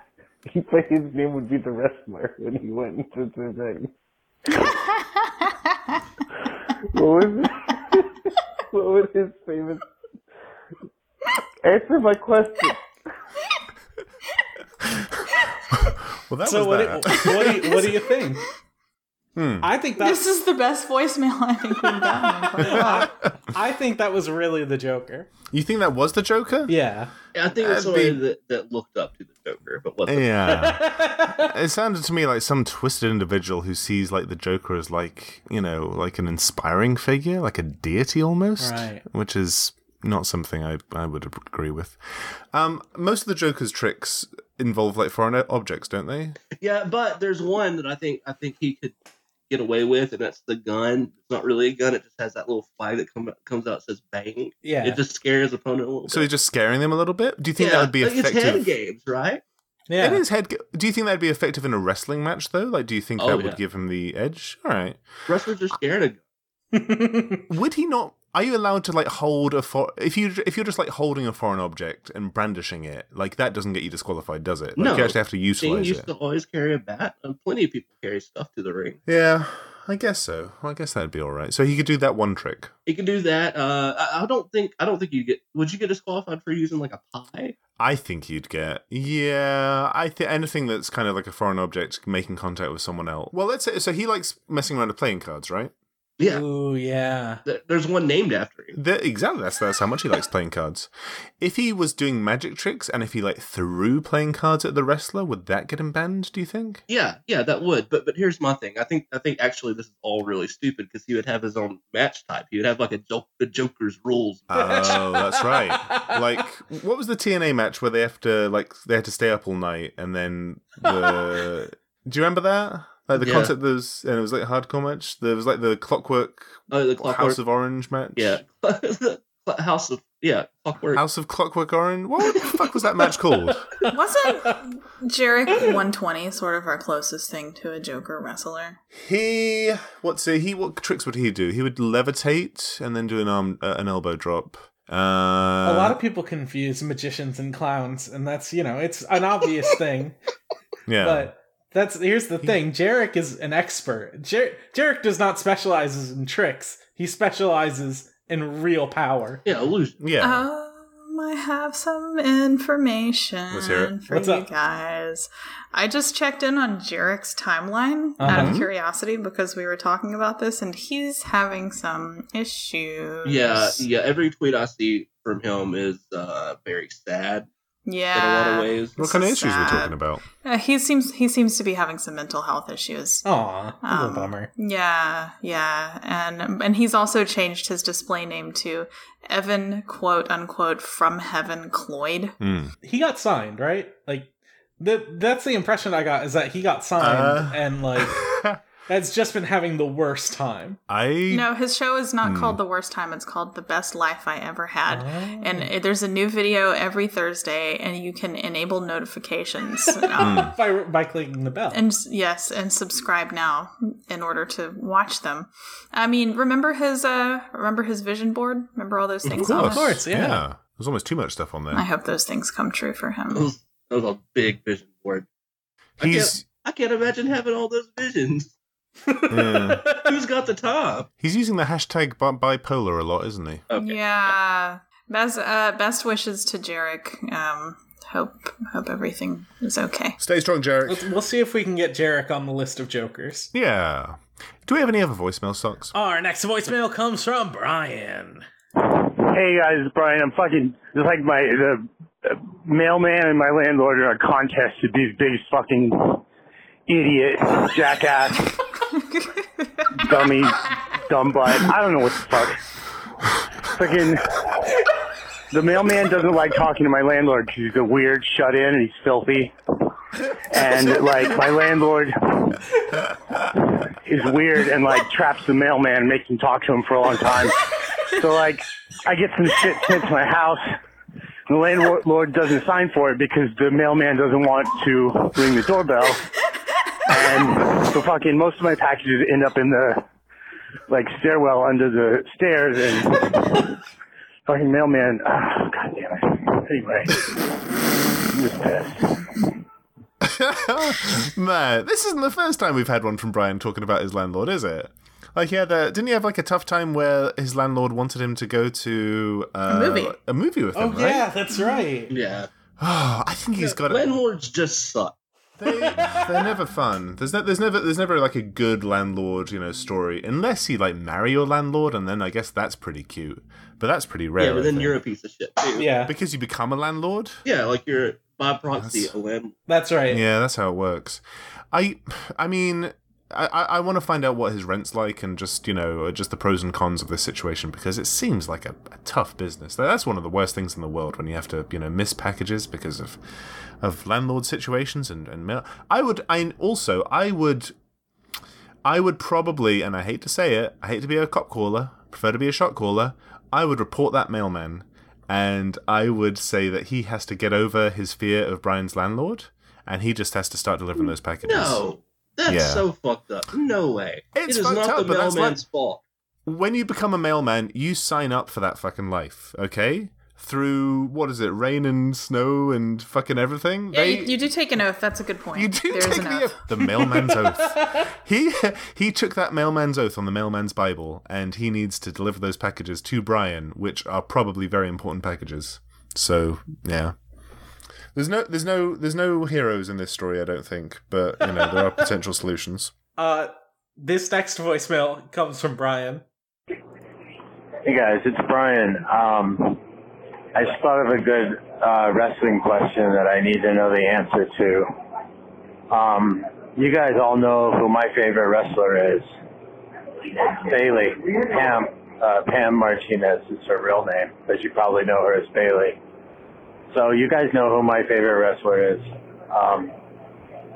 He like his name would be the wrestler when he went into the ring. what was what was his famous? Answer my question. Well, that So what was do, that. Hmm. what, do you, what do you think? I think This that's is the best voicemail I think we've gotten. in quite a while. Uh, I think that was really the Joker. you think that was the Joker? Yeah. Yeah, I think That'd it's somebody be- that, that looked up to the Joker, but wasn't. Yeah. it sounded to me like some twisted individual who sees like the Joker as like, you know, like an inspiring figure, like a deity almost, Right. which is not something I, I would agree with. Um, most of the Joker's tricks involve like foreign o- objects, don't they? Yeah, but there's one that I think I think he could get away with, and that's the gun. It's not really a gun; it just has that little flag that come, comes out that says "bang." Yeah. It just scares the opponent a little. So bit. he's just scaring them a little bit. Do you think Yeah, that would be like, effective? It's head games, right? yeah. It is head. ga- Do you think that'd be effective in a wrestling match though? Like, do you think Oh, that yeah. would give him the edge? All right. Wrestlers are scared of guns. would he not are you allowed to like hold a for if you if you're just like holding a foreign object and brandishing it like that doesn't get you disqualified does it like No. you actually have to Dean utilize used it to always carry a bat, and plenty of people carry stuff to the ring. yeah i guess so well, i guess that'd be all right so he could do that one trick He can do that. Uh, I, I don't think I don't think you get. Would you get disqualified for using like a pie? i think you'd get yeah i think anything that's kind of like a foreign object making contact with someone else well let's say so he likes messing around with playing cards right Yeah, Ooh, yeah. There- there's one named after him. The, exactly. That's that's how much he likes playing cards. If he was doing magic tricks and if he like threw playing cards at the wrestler, would that get him banned? Do you think? Yeah, yeah, that would. But but here's my thing. I think I think actually this is all really stupid because he would have his own match type. He would have like a joke, the Joker's rules. Oh, that's right. Like, what was the TNA match where they have to like they had to stay up all night and then the? Do you remember that? Like the Yeah. concept that was, and it was like a hardcore match. There was like the Clockwork Oh, the clockwork. House of Orange match. yeah, The house of yeah, clockwork. House of Clockwork Orange. What the fuck was that match called? Wasn't Jarek 120 sort of our closest thing to a Joker wrestler? He what's it? He what tricks would he do? He would levitate and then do an arm uh, an elbow drop. Uh, A lot of people confuse magicians and clowns, and that's you know it's an obvious thing. yeah. But that's here's the thing: Jarek is an expert. Jer- Jarek does not specializes in tricks; he specializes in real power. yeah, illusion. yeah. Oh, I have some information Let's hear it. for What's you up? guys. I just checked in on Jarek's timeline out of Uh-huh. curiosity because we were talking about this and he's having some issues. Yeah, yeah. Every tweet I see from him is uh, very sad in a lot Yeah. of ways. What kind of This is issues we're sad. talking about? Uh, he seems he seems to be having some mental health issues. Oh. Aw, what a Um, bummer. Yeah, yeah, and and he's also changed his display name to Evan quote unquote from heaven Cloyd. Hmm. He got signed, right? Like that that's the impression I got is that he got signed Uh. and like has just been having the worst time. I No, his show is not Hmm. called The Worst Time. It's called The Best Life I Ever Had. Oh. And it- there's a new video every Thursday, and you can enable notifications. um, Hmm. by by clicking the bell. and s- yes, and subscribe now in order to watch them. I mean, remember his uh, remember his vision board? Remember all those Of things? on course, it? course, yeah. There's almost too much stuff on there. I hope those things come true for That him. was, that was a big vision board. I He's I can't imagine having all those visions. Hmm. yeah. Who's got the time? he's using the hashtag bi- bipolar a lot, isn't he? Okay. Yeah. Best uh, best wishes to Jarek. Um, hope hope everything is okay. Stay strong, Jarek. Let's- we'll see if we can get Jarek on the list of jokers. Yeah. Do we have any other voicemail socks? Our next voicemail comes from Brian. Hey guys, it's Brian. I'm fucking just like my the uh, mailman and my landlord are in a contest to be the biggest fucking idiot, jackass, dummy, dumb butt. I don't know what the fuck. Fucking the mailman doesn't like talking to my landlord because he's a weird shut in and he's filthy. And like my landlord is weird and like traps the mailman and makes him talk to him for a long time. So like, I get some shit sent to my house. The landlord doesn't sign for it because the mailman doesn't want to ring the doorbell. And so fucking most of my packages end up in the like stairwell under the stairs and fucking mailman. Oh, God damn it. Anyway, I'm just pissed. Man, this isn't the first time we've had one from Brian talking about his landlord, is it? Like he had a didn't he have like a tough time where his landlord wanted him to go to uh, A movie. a movie with Oh him, yeah, right? that's right. Yeah. Oh, I think he's got it. Landlords just suck. They, they're never fun. There's no, there's never there's never like a good landlord you know story unless you like marry your landlord and then I guess that's pretty cute, but that's pretty rare. Yeah, but I then think. you're a piece of shit too. Yeah, because you become a landlord. Yeah, like you're by proxy That's- a landlord. that's right. Yeah, that's how it works. I, I mean, I, I, I want to find out what his rent's like and just you know uh, just the pros and cons of this situation because it seems like a, a tough business. That- That's one of the worst things in the world when you have to you know miss packages because of of landlord situations and and mail. I would I also I would I would probably and I hate to say it I hate to be a cop caller prefer to be a shot caller. I would report that mailman. And I would say that he has to get over his fear of Brian's landlord, and he just has to start delivering those packages. No. That's Yeah. so fucked up. No way. It's it is fucked not up, the but that's mailman's fault. when you become a mailman, you sign up for that fucking life, okay? Through what is it, rain and snow and fucking everything? Yeah, you, you do take an oath. That's a good point. you do There is take an the oath. oath. The mailman's oath. He he took that mailman's oath on the mailman's Bible, and he needs to deliver those packages to Brian, which are probably very important packages. So yeah, there's no there's no there's no heroes in this story, I don't think, but you know there are potential solutions. Uh, this next voicemail comes from Brian. Hey guys, it's Brian. Um, I just thought of a good uh, wrestling question that I need to know the answer to. Um, you guys all know who my favorite wrestler is. Bailey, Pam, uh, Pam Martinez is her real name, but you probably know her as Bailey. So you guys know who my favorite wrestler is. Um,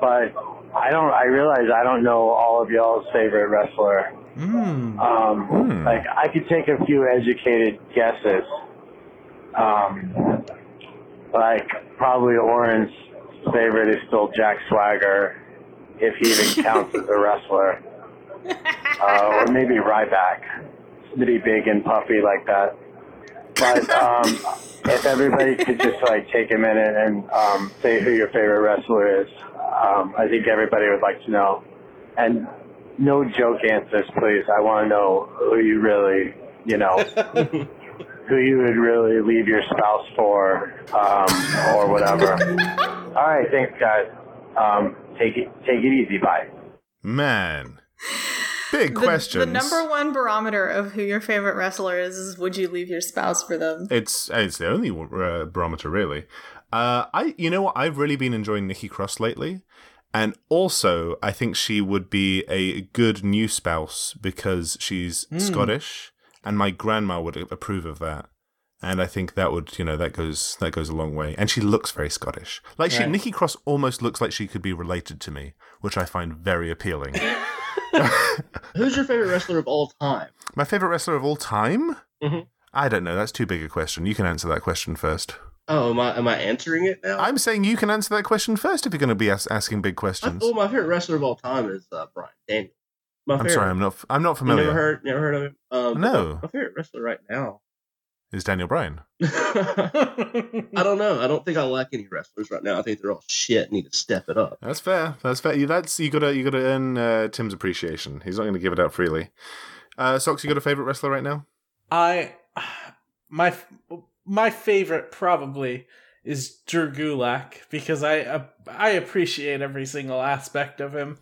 but I don't. I realize I don't know all of y'all's favorite wrestler. Um, Hmm. Like I could take a few educated guesses. Um, like probably Oren's favorite is still Jack Swagger, if he even counts as a wrestler, uh, or maybe Ryback, somebody big and puffy like that. But um, if everybody could just like take a minute and um, say who your favorite wrestler is, um, I think everybody would like to know. And no joke answers, please. I want to know who you really, you know, who you would really leave your spouse for, um, or whatever. All right, thanks, guys. Um, take it, take it easy. Bye. Man. Big The, questions. the number one barometer of who your favorite wrestler is is would you leave your spouse for them? It's it's the only uh, barometer really. Uh, I you know what I've really been enjoying Nikki Cross lately, and also I think she would be a good new spouse because she's Scottish, and my grandma would approve of that. And I think that would you know that goes that goes a long way. And she looks very Scottish. Like she Right. Nikki Cross almost looks like she could be related to me, which I find very appealing. Who's your favorite wrestler of all time? my favorite wrestler of all time. Mhm. I don't know. That's too big a question. You can answer that question first. Oh, am I, am I answering it now? I'm saying you can answer that question first if you're going to be as- asking big I- questions. well, my favorite wrestler of all time is uh, Brian Daniel. My I'm favorite. sorry, I'm not. f- I'm not You never familiar. heard, never heard of him. Um, No. my- My favorite wrestler right now. Is Daniel Bryan? I don't know. I don't think I like any wrestlers right now. I think they're all shit. and Need to step it up. That's fair. That's fair. You, that's you got to you got to earn uh, Tim's appreciation. He's not going to give it out freely. Uh, Socks, you got a favorite wrestler right now? I my my favorite probably is Drew Gulak because I I appreciate every single aspect of him.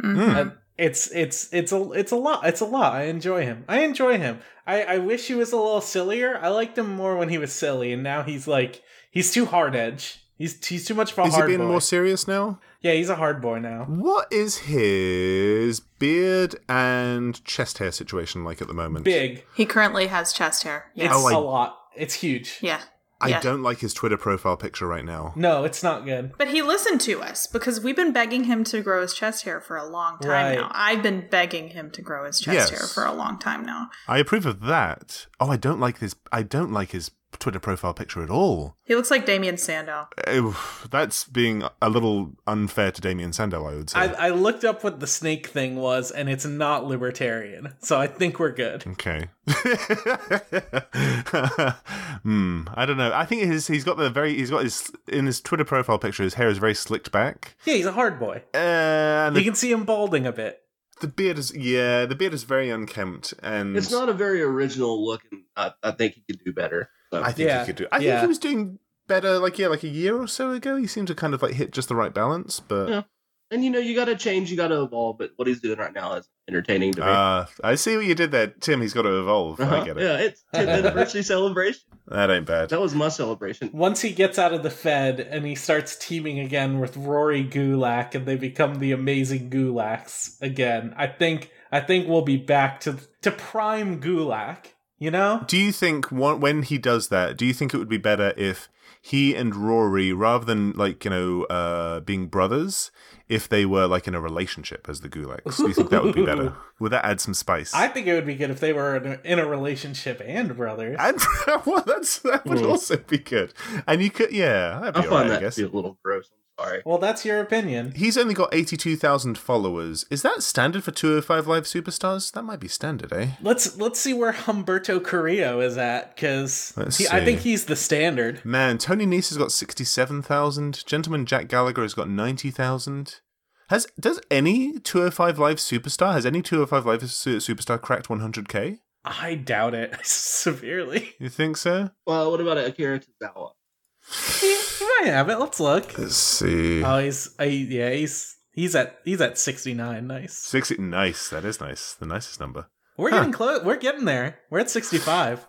Mm. And it's it's it's a it's a lot. It's a lot. I enjoy him. I enjoy him. I I wish he was a little sillier. I liked him more when he was silly, and now he's like he's too hard edge. He's he's too much of a Is he hard being boy. more serious now? yeah, he's a hard boy now. What is his beard and chest hair situation like at the moment? Big. He currently has chest hair. It's Yes. Oh, I- a lot. It's huge. yeah. I yeah. don't like his Twitter profile picture right now. No, it's not good. But he listened to us because we've been begging him to grow his chest hair for a long time Right. now. I've been begging him to grow his chest Yes. hair for a long time now. I approve of that. Oh, I don't like this. I don't like his Twitter profile picture at all. He looks like Damien Sandow. Eh, Oof, that's being a little unfair to Damien Sandow, I would say. I, I looked up what the snake thing was, and it's not libertarian. So I think we're good. okay. hmm. I don't know. I think his he's got the very he's got his in his Twitter profile picture. His hair is very slicked back, Yeah, he's a hard boy. and You the, can see him balding a bit. the beard is yeah, the beard is very unkempt, and It's not a very original look, and I, I think he could do better. So. I think Yeah, he could do. I think yeah. he was doing better. Like yeah, like a year or so ago, he seemed to kind of like hit just the right balance, but. Yeah. and you know, you got to change, you got to evolve. But what he's doing right now is entertaining to me. Uh, I see what you did there, Tim. He's got to evolve. Uh-huh. I get it. Yeah, it's 10th anniversary celebration. That ain't bad. That was my celebration. Once he gets out of the Fed and he starts teaming again with Rory Gulak, and they become the amazing Gulaks again, I think I think we'll be back to to prime Gulak. You know? Do you think wha- when he does that, do you think it would be better if he and Rory, rather than like you know uh, being brothers, if they were like in a relationship as the Gulaks? Do you think that would be better? Would that add some spice? I think it would be good if they were in a, in a relationship and brothers. And well, that's that would also be good. And you could, yeah, that'd be Mm. I alright, I find that guess. to be a little gross. I'm sorry. well, that's your opinion. He's only got eighty-two thousand followers. Is that standard for two hundred five live superstars? That might be standard, eh? Let's let's see where Humberto Carrillo is at because Let's I think see. he's the standard. Man, Tony Nese has got sixty-seven thousand. Gentleman Jack Gallagher has got ninety thousand. Has does any two hundred five live superstar has any two hundred five live su- superstar cracked one hundred k? I doubt it severely. You think so? Well, what about Akira Tozawa? He, he might have it. Let's look. Let's see. Oh, he's I, yeah, he's he's at he's at sixty nine. Nice. Sixty. Nice. That is nice. The nicest number. We're getting close. We're getting there. We're at sixty five.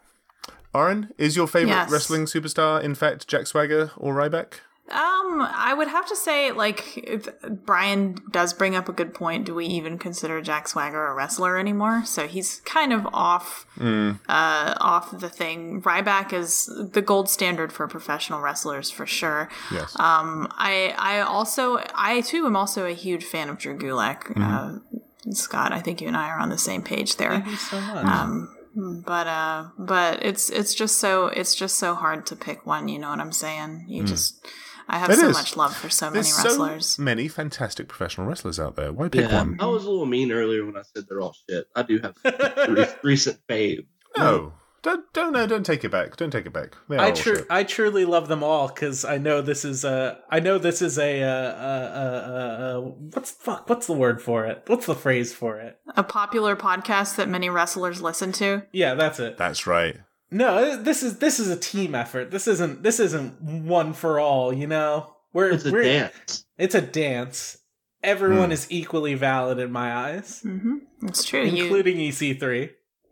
Aaron, is your favorite Yes. wrestling superstar in fact Jack Swagger or Ryback? Um, I would have to say, like, if Brian does bring up a good point. Do we even consider Jack Swagger a wrestler anymore? So he's kind of off, Hmm. uh, off the thing. Ryback is the gold standard for professional wrestlers for sure. Yes. Um, I, I also, I too am also a huge fan of Drew Gulak. Mm-hmm. Uh, Scott, I think you and I are on the same page there Thank you so much. but uh but it's it's just so it's just so hard to pick one you know what i'm saying Mm. you just i have It so is. much love for so There's many wrestlers so many fantastic professional wrestlers out there. Why pick one? I was a little mean earlier when I said they're all shit. I do have some re- recent fave. No, don't don't no, don't take it back. Don't take it back. They are I all tru- shit. I truly love them all because I know this is a I know this is a uh, uh, uh, uh, what's fuck what's the word for it what's the phrase for it a popular podcast that many wrestlers listen to yeah that's it That's right. No, this is this is a team effort. This isn't this isn't one for all. You know, we're It's a we're, dance. Hmm. It's a dance. Everyone is equally valid in my eyes, Mm-hmm. It's true. You. including E EC3.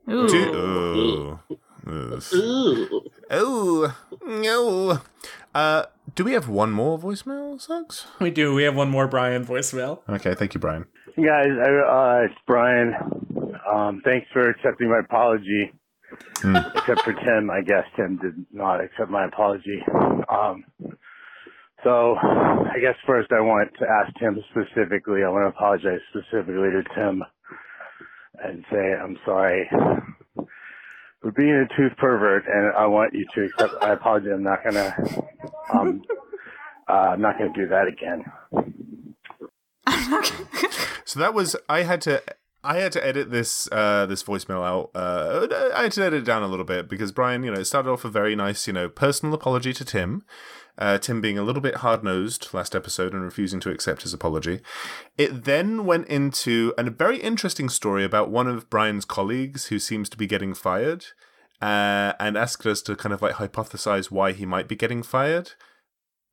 Ooh. Do- oh. Ugh. Ooh. Oh. No. Uh, do we have one more voicemail, Suggs? We do. We have one more Brian voicemail. Okay, thank you, Brian. Hey guys, I, uh, it's Brian. Um, thanks for accepting my apology. Hmm. Except for Tim, I guess Tim did not accept my apology. Um, so, I guess first I want to ask Tim specifically. I want to apologize specifically to Tim and say I'm sorry for being a tooth pervert, and I want you to accept. I apologize. I'm not gonna. Um, uh, I'm not gonna do that again. So that was I had to I had to edit this uh, this voicemail out. Uh, I had to edit it down a little bit because Brian, you know, it started off a very nice, you know, personal apology to Tim. Uh, Tim being a little bit hard nosed last episode and refusing to accept his apology. It then went into a very interesting story about one of Brian's colleagues who seems to be getting fired, uh, and asked us to kind of like hypothesize why he might be getting fired.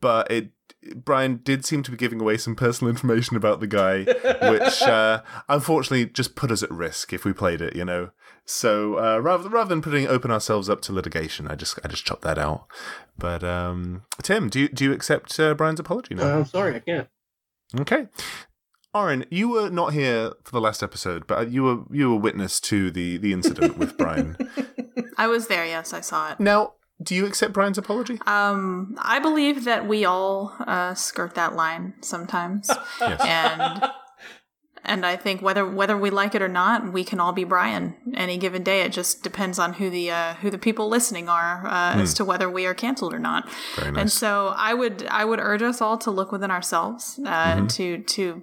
But it Brian did seem to be giving away some personal information about the guy, which uh, unfortunately just put us at risk if we played it, you know. So uh, rather rather than putting open ourselves up to litigation, I just I just chopped that out. But um, Tim, do you do you accept uh, Brian's apology now? Uh, I'm sorry, I can't. Okay. Oren, you were not here for the last episode, but uh, you were you were witness to the the incident with Brian. I was there. Yes, I saw it. Now, do you accept Brian's apology? Um, I believe that we all uh, skirt that line sometimes, and and I think whether whether we like it or not, we can all be Brian any given day. It just depends on who the uh, who the people listening are uh, as to whether we are canceled or not. Hmm. Very And nice. so I would I would urge us all to look within ourselves uh, Mm-hmm. to to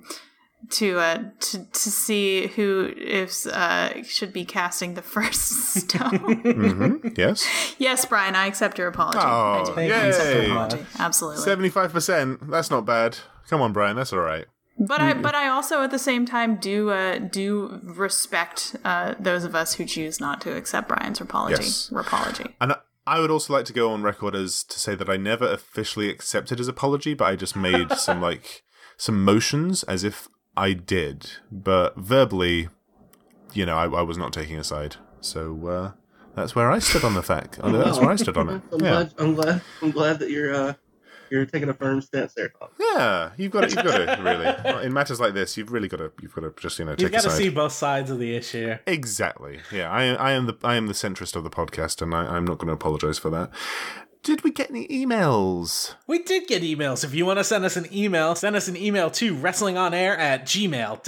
to uh to, to see who is uh should be casting the first stone. hmm Yes. yes, Brian, I accept your apology. I Oh, do. Thank I you accept your so apology. Absolutely. Seventy-five percent. That's not bad. Come on, Brian. That's all right. But I but I also at the same time do uh do respect uh those of us who choose not to accept Brian's apology. Yes. Apology. And I- I would also like to go on record as to say that I never officially accepted his apology, but I just made some like some motions as if I did, but verbally, you know, I, I was not taking a side. So uh, that's where I stood on the fact. Oh, no, that's where I stood on it. I'm, Yeah, glad, I'm glad. I'm glad that you're uh, you're taking a firm stance there, Tom. yeah. You've got to, you've got to really in matters like this. You've really got to, you've got to just you know You've take a got to side. see both sides of the issue. Exactly. Yeah, I, I am the I am the centrist of the podcast, and I, I'm not going to apologize for that. Did we get any emails? We did get emails. If you want to send us an email, send us an email to wrestlingonair at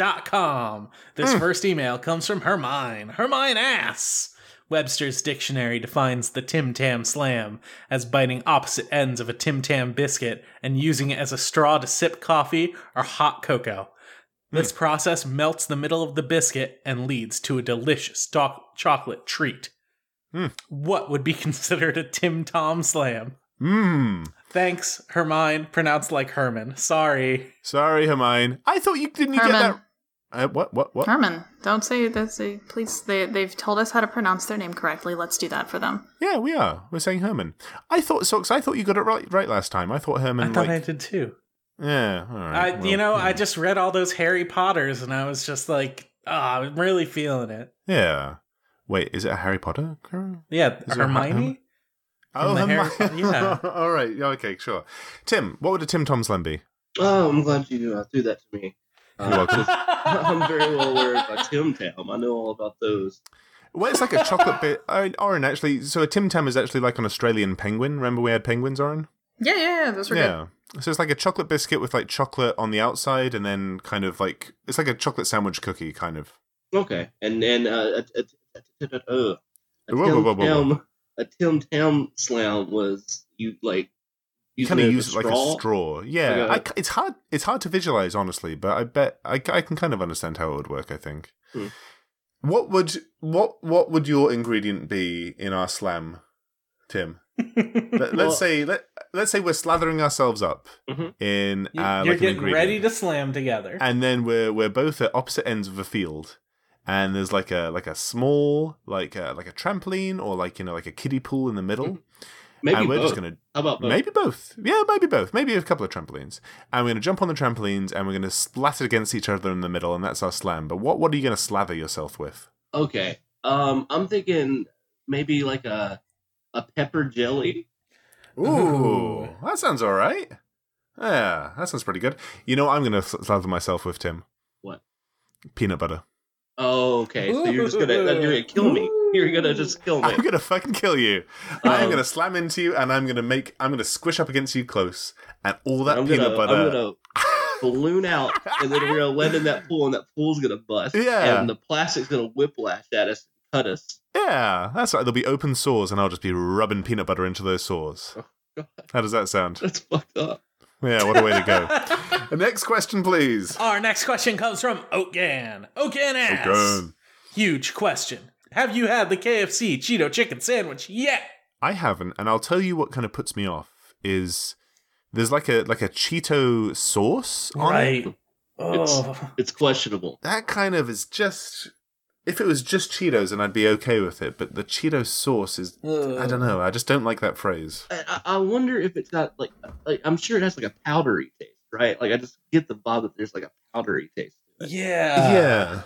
gmail.com. This first email comes from Hermine. Hermine asks Webster's dictionary defines the Tim Tam slam as biting opposite ends of a Tim Tam biscuit and using it as a straw to sip coffee or hot cocoa. This process melts the middle of the biscuit and leads to a delicious doc- chocolate treat. Hmm. What would be considered a Tim Tom slam? Hmm. Thanks, Hermine, pronounced like Herman. Sorry. Sorry, Hermine. I thought you didn't you get that. Herman. Uh, what? What? What? Herman, don't say that. Say, please, they, they've told us how to pronounce their name correctly. Let's do that for them. Yeah, we are. We're saying Herman. I thought socks. I thought you got it right right last time. I thought Herman. I thought I like, did too. Yeah. All right. I, well, you know, hmm. I just read all those Harry Potters and I was just like, ah, I'm really feeling it. Yeah. Wait, is it a Harry Potter? character? Yeah, Is there a Hermione? Oh, the Harry Hermione. Potter- all right. Yeah, Okay. Sure. Tim, what would a Tim Tom Slam be? Oh, I'm glad you uh, threw that to me. Uh, You're welcome. I'm very well aware of Tim Tam. I know all about those. Well, it's like a chocolate bit. Uh, Oren, actually, so a Tim Tam is actually like an Australian penguin. Remember we had penguins, Oren? Yeah, yeah, yeah. Those were good. yeah. So it's like a chocolate biscuit with like chocolate on the outside, and then kind of like it's like a chocolate sandwich cookie, kind of. Okay, and then uh, a, a, a, a, a, Whoa, whoa, whoa, whoa, Tim whoa. Tam, a Tim Tam slam was you like You using kind of it as use it like a straw. Yeah, Like a- I c it's hard. It's hard to visualize, honestly, but I bet I, c- I can kind of understand how it would work. I think. Hmm. What would what what would your ingredient be in our slam, Tim? Let, Well- us say let let's say we're slathering ourselves up Mhm. in You- uh, You're like an getting ingredient. ready to slam together. and then we're we're both at opposite ends of a field and there's like a like a small like a, like a trampoline or like you know like a kiddie pool in the middle. Mm. Maybe and we're both. just gonna How about both? Maybe both. Yeah, maybe both. Maybe a couple of trampolines. And we're going to jump on the trampolines and we're going to splat against each other in the middle, and that's our slam. But what, what are you going to slather yourself with? Okay. Um, I'm thinking maybe like a a pepper jelly. Ooh, that sounds all right. Yeah, that sounds pretty good. You know what I'm going to slather myself with, Tim? What? Peanut butter. Oh, okay. So you're just gonna you're gonna kill me. You're gonna just kill me. I'm going to fucking kill you. I'm Um, going to slam into you and I'm going to make, I'm going to squish up against you close, and all that I'm peanut gonna, butter. I'm gonna balloon out, and then we're gonna land in that pool, and that pool's gonna bust. Yeah. And the plastic's gonna whiplash at us, and cut us. Yeah, that's right. There'll be open sores, and I'll just be rubbing peanut butter into those sores. How does that sound? Oh, That's fucked up. Yeah, what a way to go. Next question, please. Our next question comes from Oatgan. Oatgan asks, Oatgan. huge question. Have you had the KFC Cheeto chicken sandwich yet? I haven't, and I'll tell you what kind of puts me off is there's like a like a Cheeto sauce on it. Oh. It's questionable. That kind of is just if it was just Cheetos, and I'd be okay with it. But the Cheeto sauce is I don't know. I just don't like that phrase. I, I I wonder if it's got like, like I'm sure it has like a powdery taste, right? Like I just get the vibe that there's like a powdery taste. to it. Yeah. yeah,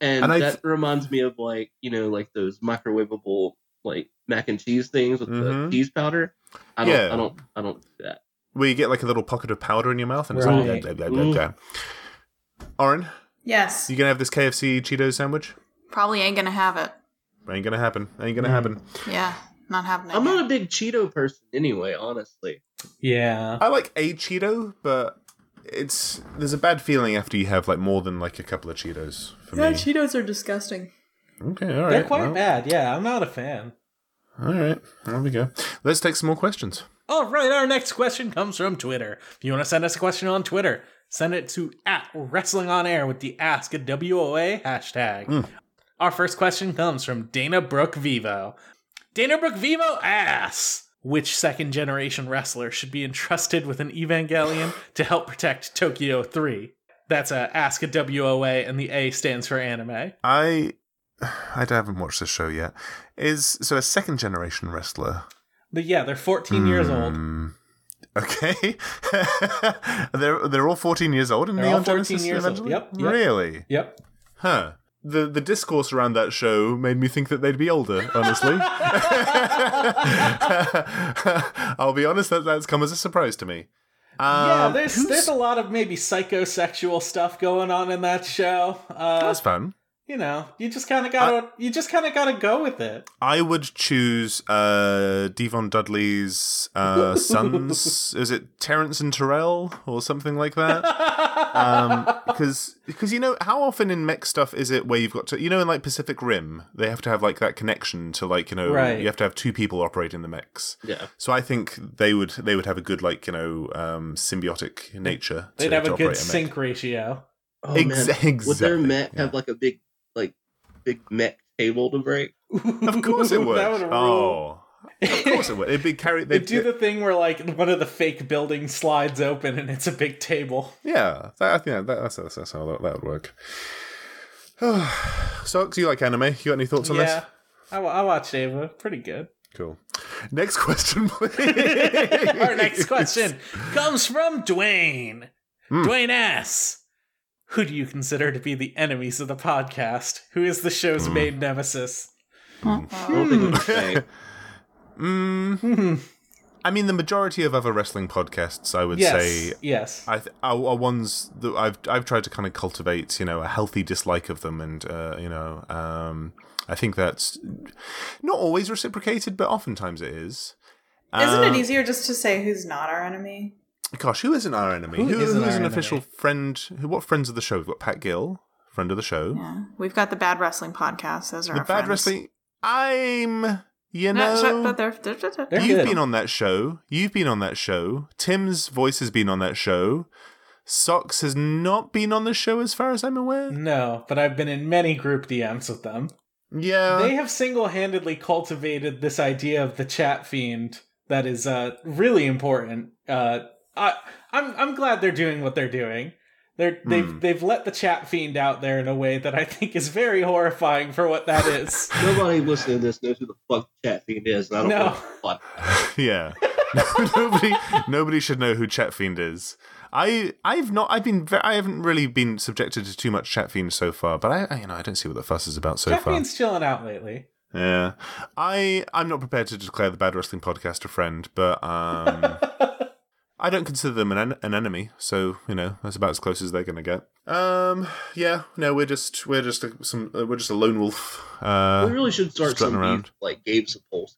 And, And I- that reminds me of like you know like those microwavable like mac and cheese things with Mhm. the cheese powder. I don't, Yeah. I don't, I don't do that. where you get like a little pocket of powder in your mouth, and it's Uh, Right. Mm. like blah, blah, blah, blah, blah. Oren, Yes. you gonna have this KFC Cheeto sandwich? Probably ain't gonna have it. Ain't gonna happen. Ain't Mm. gonna happen. Yeah. Not happening. I'm not a big Cheeto person anyway, honestly. Yeah. I like a Cheeto, but it's there's a bad feeling after you have like more than like a couple of Cheetos for me. Cheetos are disgusting. okay, all right. They're quite well, bad. Yeah, I'm not a fan. All right, there we go. Let's take some more questions. All right, our next question comes from Twitter. If you want to send us a question on Twitter, send it to at Wrestling On Air with the Ask a WOA hashtag. Hmm. Our first question comes from Dana Brooke Vivo. Dana Brooke Vivo asks, which second generation wrestler should be entrusted with an Evangelion to help protect Tokyo 3? That's a Ask a WOA, and the A stands for anime. I I haven't watched this show yet. Is so a second generation wrestler. But yeah, they're 14 years Hmm. old. Okay, they're they're all fourteen years old in They're Neon all 14 Genesis years old. Evangelion? Yep, yep. Really? Yep. Huh. The the discourse around that show made me think that they'd be older, honestly. I'll be honest, that, that's come as a surprise to me. Um, yeah, there's who's- there's a lot of maybe psychosexual stuff going on in that show. Uh, That's fun. you know, you just kind of gotta you just kind of gotta go with it. I would choose uh, Devon Dudley's uh, sons. Is it Terrence and Terrell or something like that? because because you know how often in mech stuff is it where you've got to you know in like Pacific Rim they have to have like that connection to like you know Right. you have to have two people operating the mechs. Yeah. So I think they would they would have a good like you know um, symbiotic nature. They'd to, have to a good operate a mech. sync ratio. Oh, Ex- Would their exactly, mech yeah. have like a big, like, big mech table to break? Of course it would. that would rule. oh, of course it would. It'd be carried. They They'd do the thing where like one of the fake buildings slides open and it's a big table. yeah. That, I think that, that's, that's that's how that, that would work. Socks, you like anime? You got any thoughts on this? yeah, I, wa- I watched Ava. Pretty good. Cool. Next question, please. Our next question comes from Dwayne. Hmm. Dwayne asks, "Who do you consider to be the enemies of the podcast? Who is the show's Hmm. main nemesis?" I don't think it's saying. Hmm. Hmm. I mean, the majority of other wrestling podcasts, I would Yes, say, yes, I th- are, are ones that I've I've tried to kind of cultivate, you know, a healthy dislike of them, and uh, you know, um, I think that's not always reciprocated, but oftentimes it is. Isn't Um, it easier just to say who's not our enemy? Gosh, who isn't our enemy? Who E? who isn't who is our an enemy? official friend? Who, what friends of the show? We've got Pat Gill, friend of the show. Yeah. We've got the bad wrestling podcast. Those are the our bad friends. wrestling. I'm, you No, know, shut- but they're, they're, they're- They're You've good. been on that show. You've been on that show. Tim's voice has been on that show. Socks has not been on the show, as far as I'm aware. no, but I've been in many group DMs with them. Yeah, they have single-handedly cultivated this idea of the chat fiend that is uh, really important. Uh, I, I'm I'm glad they're doing what they're doing. They're, they've Hmm. they've let the chat fiend out there in a way that I think is very horrifying for what that is. Nobody listening to this knows who the fuck Chat Fiend is, and I don't No. know what the fuck. Yeah. nobody nobody should know who Chatfiend is. I I've not I've been ve- I haven't really been subjected to too much Chatfiend so far, but I, I you know I don't see what the fuss is about so Chat far. fiend's chilling out lately. Yeah. I I'm not prepared to declare the Bad Wrestling Podcast a friend, but um I don't consider them an en- an enemy, so you know that's about as close as they're gonna get. Um, yeah, no, we're just we're just a, some uh, we're just a lone wolf. Uh, we really should start strutting some around. beef, like Gabe Sapolsky.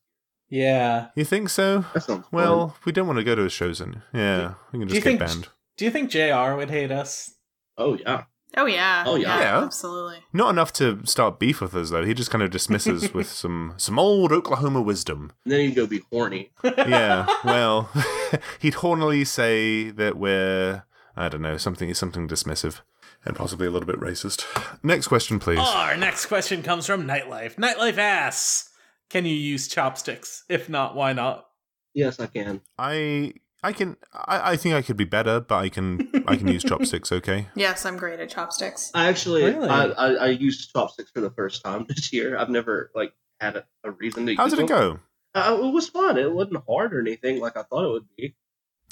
Yeah. you think so? That sounds fun. Well, we don't want to go to his shows, and yeah, we can Do you just get think banned. Do you think JR would hate us? Oh yeah. Oh yeah. Oh, yeah. Yeah. Absolutely. Not enough to start beef with us though. He just kind of dismisses with some some old Oklahoma wisdom. And then he'd go be horny. Yeah, well, he'd hornily say that we're I don't know something something dismissive and possibly a little bit racist. Next question, please. Our next question comes from Nightlife. Nightlife asks, "Can you use chopsticks? If not, why not?" Yes, I can. I I can I, I think I could be better, but I can I can use chopsticks. Okay. Yes, I'm great at chopsticks. I actually Really? I, I, I used chopsticks for the first time this year. I've never like had a, a reason to How use did it them. go? Uh, it was fun. It wasn't hard or anything like I thought it would be.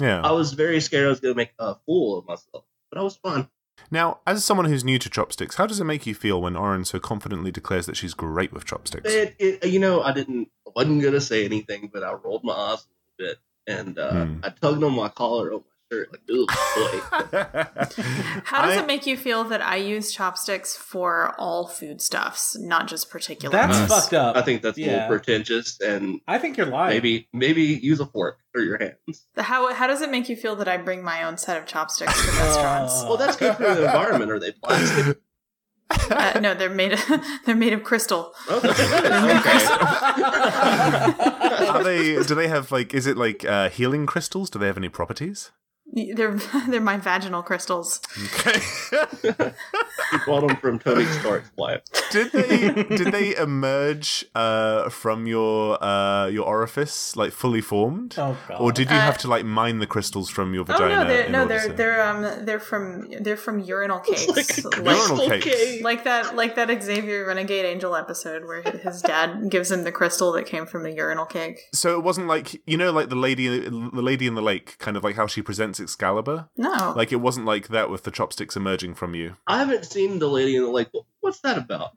I Yeah. was very scared I was going to make a fool of myself, but I was fun. Now, as someone who's new to chopsticks, how does it make you feel when Oren so confidently declares that she's great with chopsticks? It, it, you know, I didn't I wasn't going to say anything, but I rolled my eyes a little bit and uh, Hmm. I tugged on my collar on my shirt like, "Ooh, boy." How does I- it make you feel that I use chopsticks for all foodstuffs, not just particular? That's ones? fucked up. I think that's a Yeah. little pretentious, and I think you're lying. maybe maybe use a fork or your hands. How how does it make you feel that I bring my own set of chopsticks to restaurants? Oh. Well, that's good for the environment. Are they plastic? Uh, no, they're made of, they're made of crystal. Oh, that's good. Okay. Are they? Do they have like? Is it like uh, healing crystals? Do they have any properties? They're they're my vaginal crystals. Okay. You bought them from Tony Stark's wife. did they? Did they emerge uh, from your uh, your orifice like fully formed? Oh, God. Or did you Uh, have to like mine the crystals from your vagina? oh no, they're, in no, order they're to- they're um they're from they're from urinal cakes, like, urinal like, cakes. that like that Xavier Renegade Angel episode where his dad gives him the crystal that came from the urinal cake. So it wasn't like you know, like the lady, the lady in the lake, kind of like how she presents Excalibur. No, Like it wasn't like that with the chopsticks emerging from you. I haven't seen the lady in the lake. What's that about?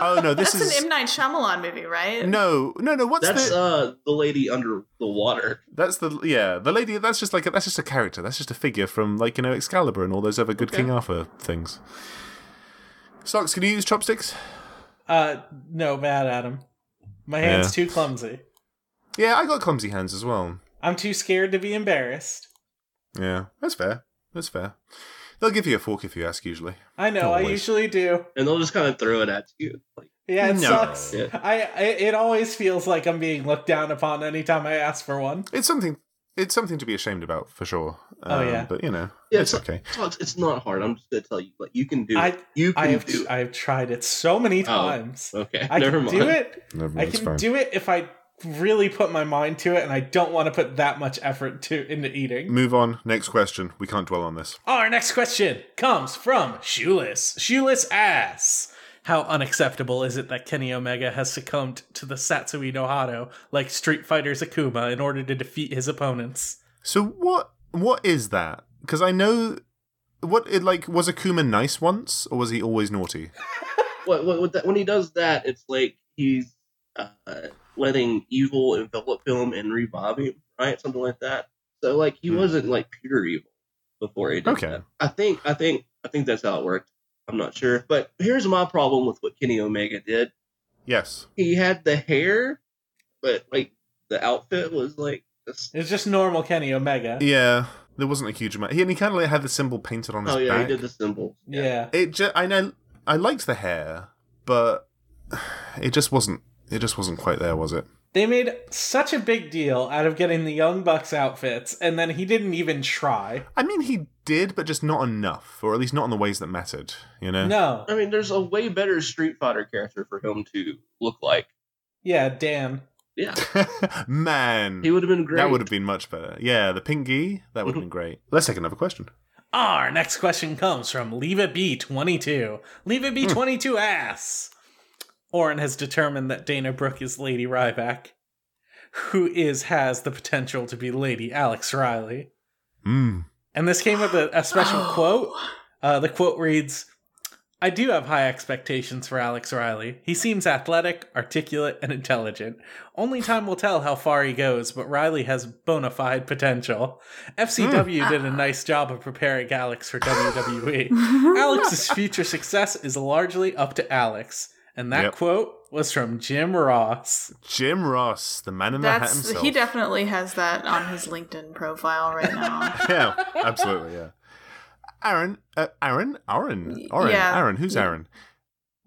Oh no, this that's an is M Night Shyamalan movie, right? no, no, no. What's That's the? uh the lady under the water. That's the yeah, the lady. That's just like a, that's just a character. That's just a figure from like you know Excalibur and all those other good King Arthur things. Socks, can you use chopsticks? Uh, no, bad Adam. My hand's too clumsy. Yeah, I got clumsy hands as well. I'm too scared to be embarrassed. Yeah, that's fair. That's fair. They'll give you a fork if you ask. Usually, I know. I Always. usually do. And they'll just kind of throw it at you. Like, Yeah, it No. sucks. Yeah. I, I it always feels like I'm being looked down upon anytime I ask for one. it's something. It's something to be ashamed about for sure. Um, Oh, yeah. but you know, Yeah, it's it's- okay. so Oh, it's, it's not hard. I'm just gonna tell you. Like you can do. I- it. You can I have do. I have tried it so many Oh. times. it. Okay. I never can mind. do it. Never I can do it if I really put my mind to it, and I don't want to put that much effort to into eating. Move on. Next question. We can't dwell on this. Our next question comes from Shoeless. Shoeless ass. How unacceptable is it that Kenny Omega has succumbed to the Satsui no Hado like Street Fighter's Akuma in order to defeat his opponents? So what? What is that? Because I know. What it like was Akuma nice once, or was he always naughty? What, what, what that, when he does that, it's like he's uh, letting evil envelop him and revive him, right? Something like that. So like he Hmm. wasn't like pure evil before he did Okay. that. I think I think I think that's how it worked. I'm not sure, but here's my problem with what Kenny Omega did. Yes. he had the hair, but like the outfit was like just It's just normal Kenny Omega. Yeah, there wasn't a huge amount. He, and he kind of like had the symbol painted on his oh yeah, back. he did the symbol. Yeah. It just, I know, I liked the hair, but it just wasn't. It just wasn't quite there, was it? They made such a big deal out of getting the Young Bucks outfits, and then he didn't even try. I mean, he did, but just not enough, or at least not in the ways that mattered. You know. No. I mean, there's a way better Street Fighter character for him to look like. Yeah, Dan. Yeah, Man, he would have been great. that would have been much better. Yeah, the pinky, that would have been great. Let's take another question. Our next question comes from Leave It Be 22. Leave It Be 22 asks Orin has determined that Dana Brooke is Lady Ryback, who is has the potential to be Lady Alex Riley. Mm. And this came with a, a special quote. Uh, the quote reads I do have high expectations for Alex Riley. He seems athletic, articulate, and intelligent. Only time will tell how far he goes, but Riley has bona fide potential. FCW did a nice job of preparing Alex for WWE. Alex's future success is largely up to Alex. And that Yep. quote was from Jim Ross. Jim Ross, the man in the hat That's himself. he definitely has that on his LinkedIn profile right now. yeah, absolutely. Yeah. Aaron, uh, Aaron, Aaron, Aaron, yeah. Aaron. Who's Aaron?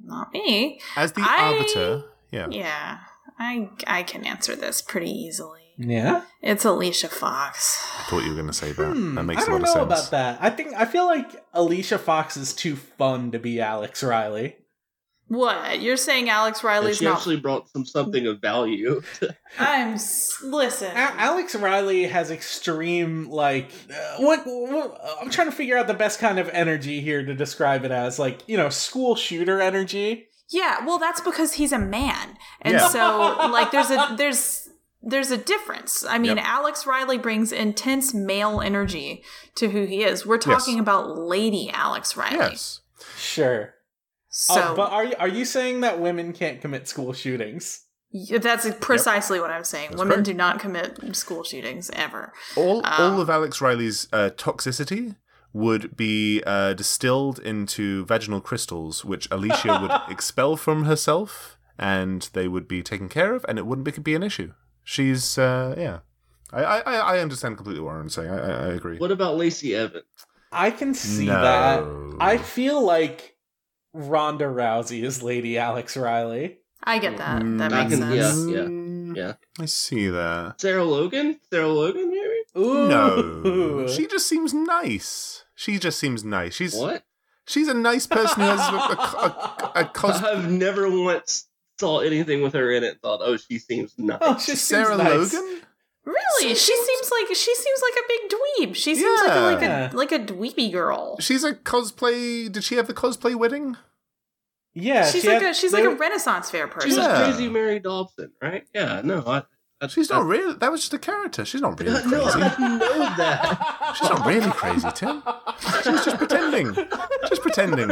Not me. As the I- arbiter. Yeah. Yeah, I I can answer this pretty easily. Yeah. Hmm. It's Alicia Fox. I thought you were going to say that. that makes Mm, I a lot don't of know sense. about that. I think I feel like Alicia Fox is too fun to be Alex Riley. What you're saying, Alex And Riley's she not? actually brought some something of value. I'm s- listen. A- Alex Riley has extreme like uh, what, what I'm trying to figure out the best kind of energy here to describe it as like you know school shooter energy. Yeah, well, that's because he's a man, and Yeah. so like there's a there's there's a difference. I mean, Alex Riley brings intense male energy to who he is. We're talking about Lady Alex Riley. Yes. Sure. So Uh, but are you are you saying that women can't commit school shootings? y- that's precisely what I'm saying. Women correct. do not commit school shootings ever. All Um, all of Alex Riley's uh, toxicity would be uh, distilled into vaginal crystals, which Alicia would expel from herself, and they would be taken care of, and it wouldn't be, be an issue. She's uh, yeah. I, I I I understand completely what Aaron's saying. I, I, I agree. what about Lacey Evans? I can see No. that. I feel like Ronda Rousey is Lady Alex Riley. I get Uh, that. Mm. That Mm, I makes can- sense. yeah. yeah. I see that. Sarah Logan? Mm. Sarah Logan, maybe? Ooh. No, she just seems nice. She just seems nice. She's What? she's a nice person who has a, a, a, a cos- I've never once saw anything with her in it and thought, oh, she seems nuts. Oh, she seems Sarah nice. Logan. Really, she seems like she seems like a big dweeb. She seems like a, like Yeah. a like a dweeby girl. She's a cosplay. Did she have the cosplay wedding? Yeah, she's she like had- a she's they like a were- Renaissance fair person. She's Yeah. crazy Mary Dobson, right? Yeah, no, I, I She's I- not really. That was just a character. She's not really no, crazy. I know that. She's not really crazy, Tim. She's just pretending. Just pretending.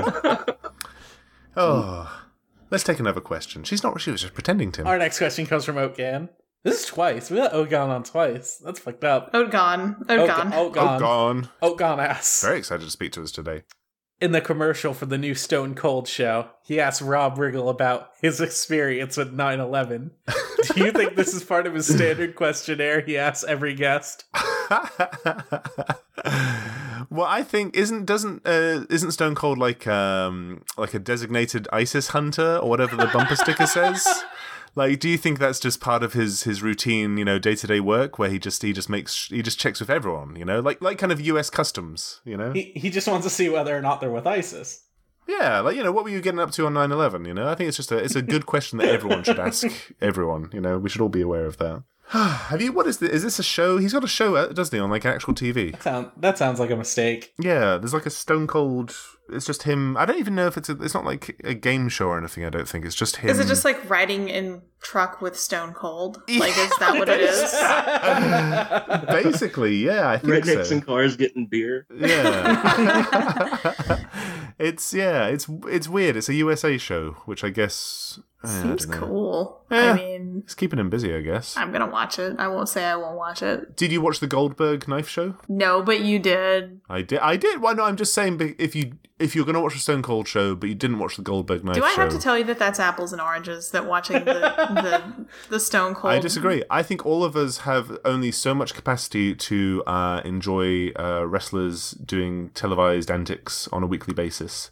Oh, let's take another question. She's not. She was just pretending, Tim. Our next question comes from Oakan. This is twice. We got Oakan on twice. That's fucked up. Odgon, Odgon. Oak- Oh, Oakan. gone. Oakan asks Very excited to speak to us today. in the commercial for the new Stone Cold show. He asked Rob Riggle about his experience with 9/11. Do you think this is part of his standard questionnaire he asks every guest? well, I think isn't doesn't uh, isn't Stone Cold like um like a designated ISIS hunter or whatever the bumper sticker says? Like, do you think that's just part of his his routine, you know, day to day work where he just he just makes he just checks with everyone, you know, like like kind of U.S. customs, you know? He he just wants to see whether or not they're with ISIS. yeah, like you know, what were you getting up to on 9-11, You know, I think it's just a it's a good question that everyone should ask everyone. You know, we should all be aware of that. Have you? What is this? Is this a show? He's got a show, uh, doesn't he, on like actual TV? Sound, that sounds like a mistake. Yeah, there's like a Stone Cold. It's just him. I don't even know if it's a, it's not like a game show or anything. I don't think it's just him. Is it just like riding in truck with Stone Cold? Like, is that what it is? basically? Yeah, I think Rednecks so. and cars getting beer. yeah, it's yeah, it's it's weird. It's a USA show, which I guess eh, I Seems don't know. cool. Yeah. I mean, It's keeping him busy, I guess. I'm gonna watch it. I won't say I won't watch it. Did you watch the Goldberg knife show? No, but you did. I did. I did. Why not? I'm just saying, be- if you if you're gonna watch the Stone Cold show, but you didn't watch the Goldberg knife Do I show, have to tell you that that's apples and oranges? That watching the the, the Stone Cold. I disagree. I think all of us have only so much capacity to uh, enjoy uh, wrestlers doing televised antics on a weekly basis,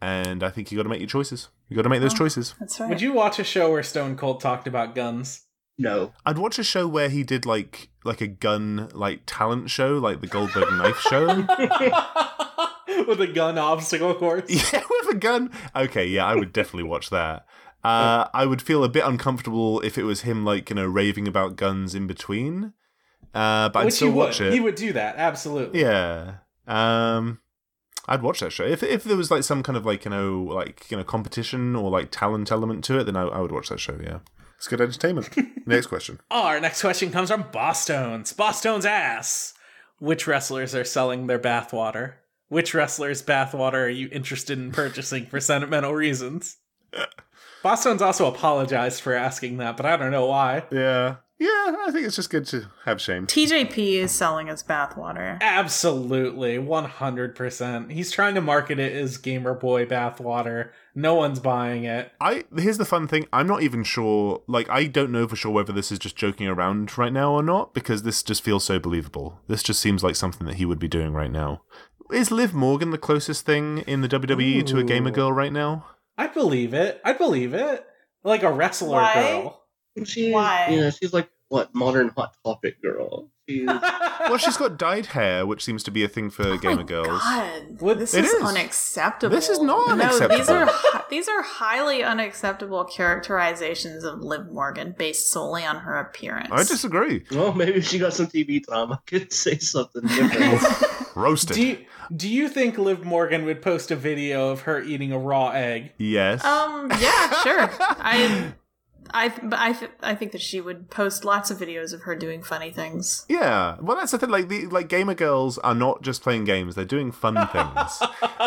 and I think you got to make your choices. You got to make those choices. Oh, That's right. Would you watch a show where Stone Cold talked about guns? No. I'd watch a show where he did like like a gun like talent show, like the Goldberg Knife Show. With a gun obstacle course? Yeah, with a gun. Okay, yeah, I would definitely watch that. Uh, I would feel a bit uncomfortable if it was him like you know raving about guns in between, uh, but I'd Which still he would. watch it. He would do that, absolutely. Yeah. Um, I'd watch that show if if there was like some kind of like you know like you know competition or like talent element to it. Then I, I would watch that show. Yeah, it's good entertainment. Next question. Our next question comes from Boston's. Boston's ass. Which wrestlers are selling their bathwater? Which wrestlers' bathwater are you interested in purchasing for sentimental reasons? Boston's also apologized for asking that, but I don't know why. Yeah, yeah. I think it's just good to have shame. TJP is selling us bathwater. Absolutely, 100%. He's trying to market it as Gamer Boy bathwater. No one's buying it. I here's the fun thing. I'm not even sure. Like, I don't know for sure whether this is just joking around right now or not because this just feels so believable. This just seems like something that he would be doing right now. Is Liv Morgan the closest thing in the WWE to a gamer Ooh. girl right now? I believe it. I believe it. Like a wrestler Why? girl. She, Why? Yeah, she's like what modern hot topic girl. She's Well, she's got dyed hair, which seems to be a thing for gamer Oh my girls. God, What- this It is, is. unacceptable. This is not No, these unacceptable. are hi- these are highly unacceptable characterizations of Liv Morgan based solely on her appearance. I disagree. well, maybe she got some TV time. I could say something different. Roasted. Do you, do you think Liv Morgan would post a video of her eating a raw egg? yes. Um. Yeah. Sure. I. I. But I. th- I think that she would post lots of videos of her doing funny things. Yeah, well, that's the thing. Like, the, like gamer girls are not just playing games; they're doing fun things,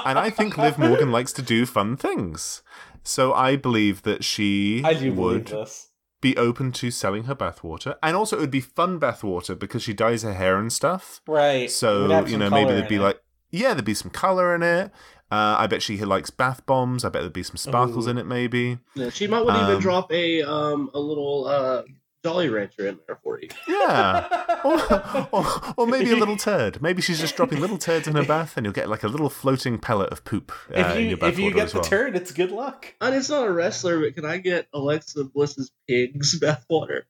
and I think Liv Morgan likes to do fun things. So I believe that she I do believe would this. be open to selling her bathwater, and also it would be fun bathwater because she dyes her hair and stuff. Right. It would So have you some know, maybe color there'd in be it. like, yeah, there'd be some color in it. Uh, I bet she likes bath bombs. I bet there'd be some sparkles Ooh. in it. Maybe. Yeah, she might want to Um, even drop a um a little uh Jolly Rancher in there for you. Yeah. or, or, or maybe a little turd. Maybe she's just dropping little turds in her bath, and you'll get like a little floating pellet of poop uh, if in your you bath if you water get as the well. turd, it's good luck. And it's not a wrestler, but can I get Alexa Bliss's pig's bathwater?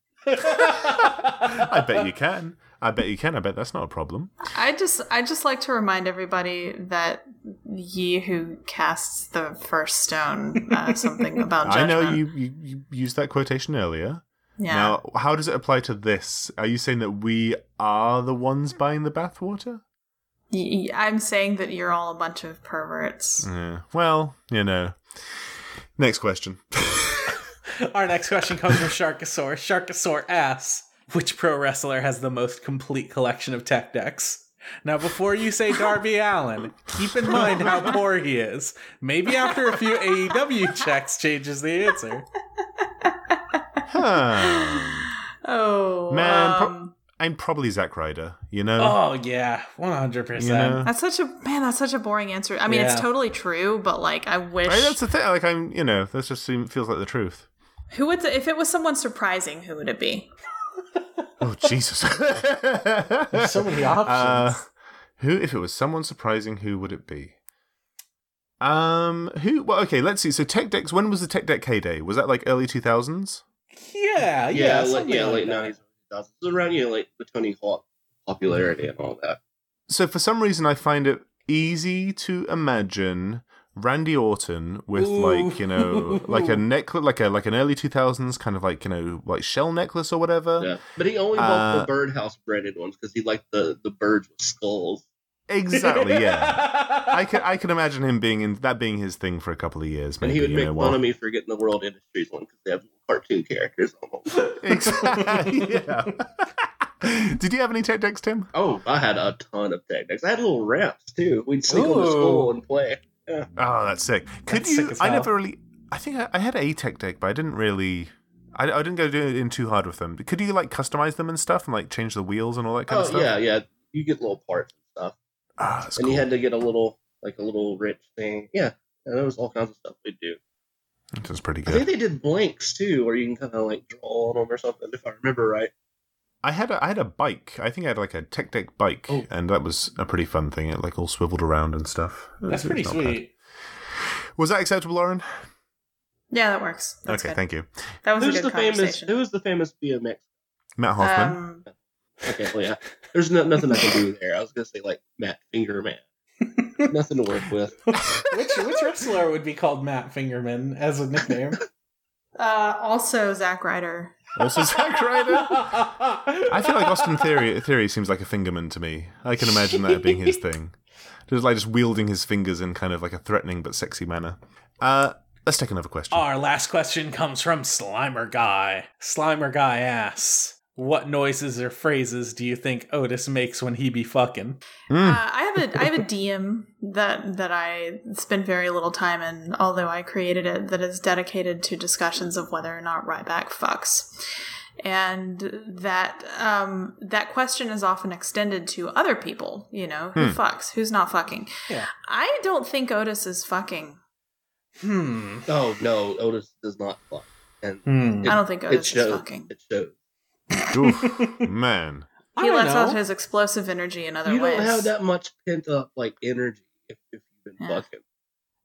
I bet you can. I bet you can. I bet that's not a problem. I just. I just like to remind everybody that ye who casts the first stone uh, something about. I know judgment. you, you you used that quotation earlier. Yeah. Now, how does it apply to this? Are you saying that we are the ones buying the bathwater? Y- y- I'm saying that you're all a bunch of perverts. Yeah. Well, you know. Next question. Our next question comes from Sharkosaur. Sharkosaur asks, which pro wrestler has the most complete collection of tech decks? Now, before you say Darby Allen, keep in mind how poor he is. Maybe after a few AEW checks changes the answer. Huh. Oh Man, pro- um, and probably Zack Ryder. You know. Oh, yeah, 100%. you know. that's such a man. That's such a boring answer. I mean, Yeah. it's totally true, but like, I wish. Right, that's the thing. Like I'm, you know, that just seem, feels like the truth. who would the, if it was someone surprising? Who would it be? Oh Jesus! There's so many options. Uh, who, if it was someone surprising, who would it be? Um, who? Well, okay, let's see. So Tech Decks. When was the Tech Deck heyday? Was that like early two thousands? yeah, yeah, yeah, like, something yeah, like late that. nineties, thousands around you know, like the Tony Hawk popularity and all that. So for some reason, I find it easy to imagine Randy Orton with Ooh. like you know like a necklace, like a like an early two thousands kind of like you know like shell necklace or whatever. Yeah, but he only Uh, bought the birdhouse branded ones because he liked the the birds with skulls. Exactly. Yeah. I can I can imagine him being in that being his thing for a couple of years. Maybe and he would you make know, fun while- of me for getting the World Industries one because they have little cartoon characters on them. Exactly. yeah. Did you have any tech decks, Tim? oh, I had a ton of tactics. I had little ramps too. We'd sneak them to Ooh. school and play. Oh, that's sick. Could That's you? sick as I hell. never really. I think I, I had a tech deck, but I didn't really. I, I didn't go do it in too hard with them. Could you like customize them and stuff, and like change the wheels and all that kind of Oh stuff? yeah, yeah. You get little parts and stuff, Ah, that's and cool. you had to get a little like a little wrench thing. Yeah, and there was all kinds of stuff we would do. That was pretty I good. think they did blanks too, where you can kind of like draw on them or something, if I remember right. I had a, I had a bike. I think I had like a tech deck bike, Oh. and that was a pretty fun thing. It like all swiveled around and stuff. It That's was- it pretty was not bad. sweet. Was that acceptable, Lauren? Yeah, that works. That's okay, good. thank you, that was Who's a good the famous? conversation. Who was the famous BMX? Matt Hoffman. um, Okay, well yeah. There's no, nothing I can do there. I was gonna say like Matt Finger Man. nothing to work with. which, which wrestler would be called Matt Fingerman as a nickname? Uh, also, Zack Ryder. Also, Zack Ryder. I feel like Austin Theory Theory seems like a fingerman to me. I can imagine that being his thing, just like just wielding his fingers in kind of like a threatening but sexy manner. Uh, let's take another question. Our last question comes from Slimer Guy. Slimer Guy asks, "What noises or phrases do you think Otis makes when he be fucking?" Hmm. Uh, I have a I have a DM that that I spend very little time in, although I created it that is dedicated to discussions of whether or not Ryback fucks. And that um, that question is often extended to other people. You know, Hmm. who fucks, who's not fucking. Yeah. I don't think Otis is fucking. Hmm. Oh no, Otis does not fuck, and Hmm. It- I don't think it Otis is shows. fucking. It shows. Oof, Um, man. I He don't lets out know. his explosive energy in other You ways. don't have that much pent up like energy if, if you've been Yeah. fucking.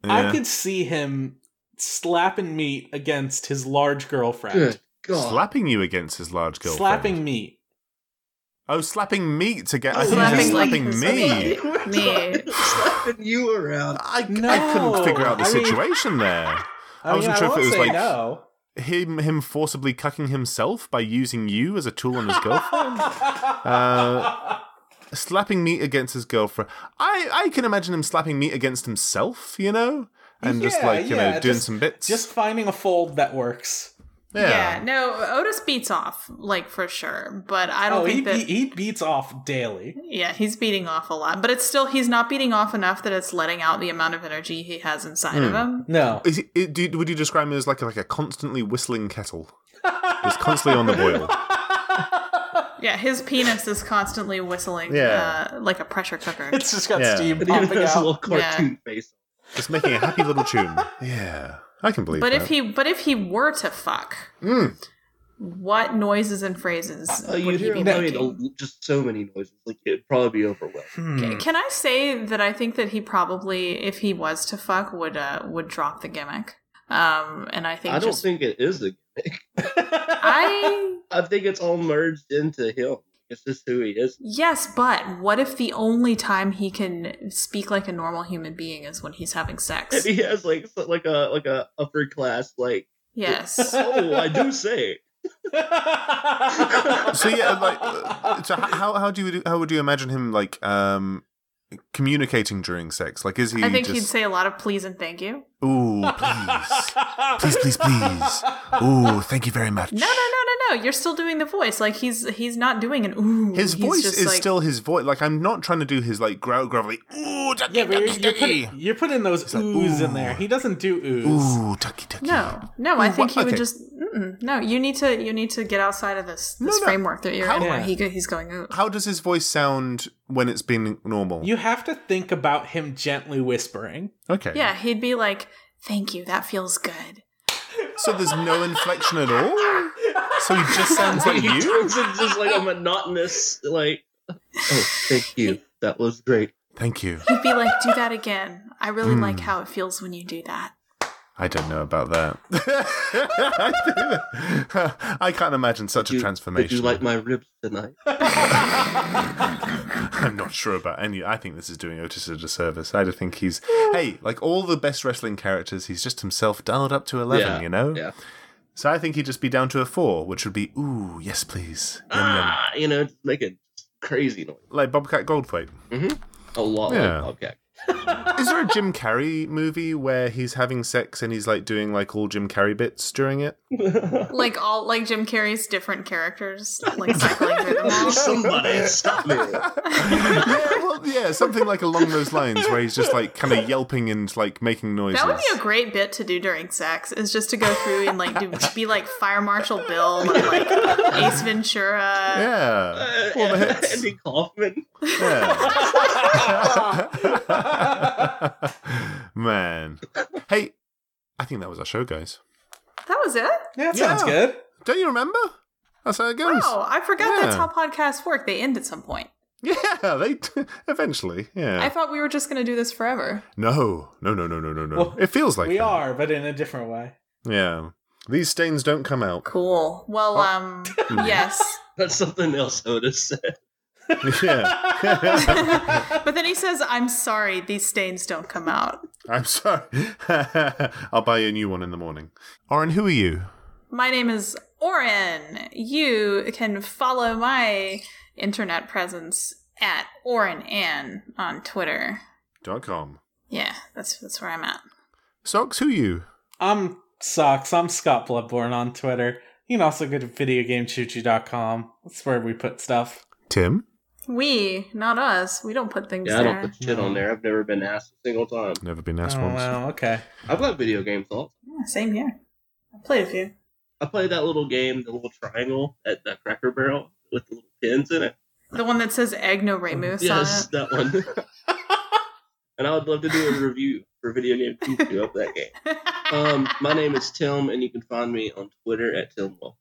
Yeah. I could see him slapping meat against his large girlfriend. Good God. slapping you against his large girlfriend. Slapping meat. Oh, slapping meat to get. I think Slapping, slapping, like, slapping his- me. okay. You were Me. talking- slapping you around. I, I No. couldn't figure out the I mean- situation there. I wasn't mean, sure if won't it was say like- no. Him him forcibly cucking himself by using you as a tool on his girlfriend. Uh, slapping meat against his girlfriend. I I can imagine him slapping meat against himself. You know, and just Yeah, like you yeah, know doing just- some bits. Just finding a fold that works. Yeah. yeah. no, Otis beats off, like for sure. But I don't Oh, he, think that. be- he beats off daily. yeah, he's beating off a lot, but it's still he's not beating off enough that it's letting out the amount of energy he has inside of him. No. Hmm. Is he, do, you- would you describe him as like a, like a constantly whistling kettle? It's constantly on the boil. Yeah, his penis is constantly whistling, Yeah. uh, like a pressure cooker. It's just got Yeah. steam And even popping his out. little cartoon face. Just making a happy little tune. Yeah, I can believe But that. if he, but if he were to fuck, Mm. what noises and phrases Oh, would you'd he hear be him making? making a- just so many noises. Like it'd probably be overwhelming. Hmm. Can I say that I think that he probably, if he was to fuck, would uh, would drop the gimmick. Um, and I think I don't just, think it is a gimmick. I I think it's all merged into him. It's just who he is. yes, but what if the only time he can speak like a normal human being is when he's having sex? He has like so- like a like a upper class like. Yes. Oh, I do say. So yeah, like, uh, so h- how how do you how would you imagine him like um communicating during sex? Like, is he? I think just, he'd say a lot of please and thank you. "Ooh, please, please, please, please. Ooh, thank you very much." No, no, no, no, no. You're still doing the voice. Like he's he's not doing an ooh. His He's voice just is like- still his voice. Like, I'm not trying to do his like growl, grovelly. Ooh, ducky, Yeah, but you're, ducky, you're, ducky. putting, you're putting those like, oohs in ooh. there. He doesn't do oohs. Ooh, ducky, ducky. No, no. I Ooh, think he wha- would okay. just. Mm-mm, no, you need to you need to get outside of this this no. framework that you're How- in where Yeah. he go, he's going ooh. How does his voice sound when it's been normal? You have to think about him gently whispering. okay. Yeah, he'd be like, "Thank you, that feels good." So there's no inflection at all. So he just sounds like He you. turns into just like a monotonous like. Oh, thank you. That was great. Thank you. He'd be like, "Do that again. I really Hmm. like how it feels when you do that." I don't know about that. I can't imagine such You- a transformation. Did you like my ribs tonight? I'm not sure about any. I think this is doing Otis a disservice. I don't think he's. Hey, like all the best wrestling characters, he's just himself dialed up to 11, Yeah, you know? yeah. So I think he'd just be down to a four, which would be, ooh, yes, please. Yum, yum. Ah, you know, just make a crazy noise. Mm-hmm. Like Bobcat Goldthwait. A lot Yeah. like Bobcat. Is there a Jim Carrey movie where he's having sex and he's like doing like all Jim Carrey bits during it? Like all like Jim Carrey's different characters, like cycling through them all. Somebody stop me. yeah, well, yeah, something like along those lines where he's just like kind of yelping and like making noises. That would be a great bit to do during sex is just to go through and like do, be like Fire Marshal Bill and like Ace Ventura. Yeah. All the hits. Andy Kaufman. Yeah. Man. Hey, I think that was our show, guys. That was it. Yeah, that sounds Yeah. good. Don't you remember? That's how it goes. Oh, I forgot that's Yeah. how podcasts work. They end at some point. Yeah, they t- eventually. Yeah. I thought we were just going to do this forever. no, no, no, no, no, no, no. Well, it feels like we that. are, but in a different way. Yeah. These stains don't come out. Cool. Well, Oh. um, yes. That's something else Otis said. yeah. but then he says, "I'm sorry, these stains don't come out." I'm sorry. I'll buy you a new one in the morning. Oren, who are you? My name is Oren. You can follow my internet presence at Oren Ann on Twitter. Dot com. Yeah, that's that's where I'm at. Socks, who you? I'm Socks. I'm Scott Bloodborne on Twitter. You can also go to videogamechoochoo.com. That's where we put stuff. Tim? We, not us. We don't put things Yeah, I there. don't put shit on there. I've never been asked a single time. Never been asked Oh, once. wow. Okay. I've got video game thoughts. Yeah, same here. I played a few. I played that little game, the little triangle at the Cracker Barrel with the little pins in it. The one that says Egnoramus yes, on that one. and I would love to do a review for video game review of that game. it. Um, my name is Tim, and you can find me on Twitter at Tim Wolf.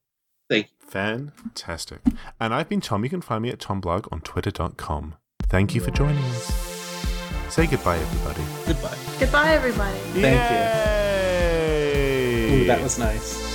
Thank you. Fantastic. And I've been Tom. You can find me at tomblog on twitter.com. Thank you for joining us. Say goodbye, everybody. Goodbye. Goodbye, everybody. Thank Ooh, that was nice.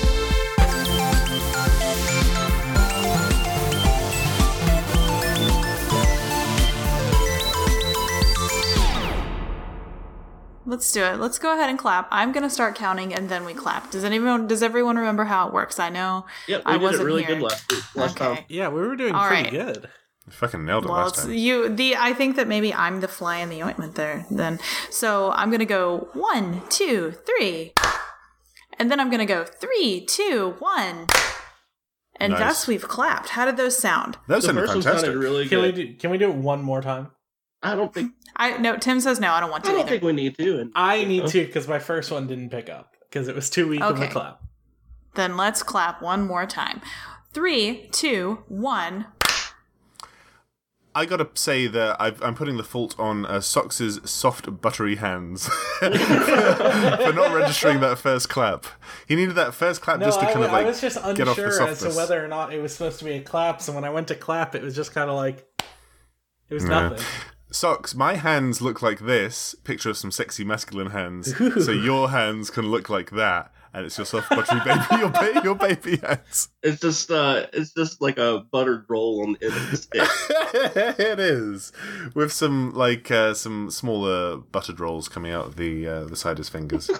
Let's do it. Let's go ahead and clap. I'm gonna start counting, and then we clap. Does anyone? Does everyone remember how it works? I know. Yep, we I did it wasn't really here. good last week. Last time. Okay. Yeah, we were doing All pretty right. good. Fucking nailed it Well, last it's time. you. The I think that maybe I'm the fly in the ointment there. Then, so I'm gonna go one, two, three, and then I'm gonna go three, two, one, and Nice. thus we've clapped. How did those sound? That was the first one fantastic. sounded really Can we good. do, can we do it one more time? I don't think I no. Tim says no. I don't want to I don't either. think we need to. And I need to because my first one didn't pick up because it was too weak of a Okay. clap. Then let's clap one more time. Three, two, one. I gotta say that I've, I'm putting the fault on uh, Socks's soft, buttery hands for not registering that first clap. He needed that first clap No, just to I, kind wa- of like I was just get off the unsure as softness. to whether or not it was supposed to be a clap. So when I went to clap, it was just kind of like it was nothing. Socks, my hands look like this. Picture of some sexy masculine hands. So your hands can look like that, and it's your soft, buttery baby, your, ba- your baby hands. it's just uh, it's just like a buttered roll on the end of the stick. it is with some like uh, some smaller buttered rolls coming out of the uh, the side of his fingers.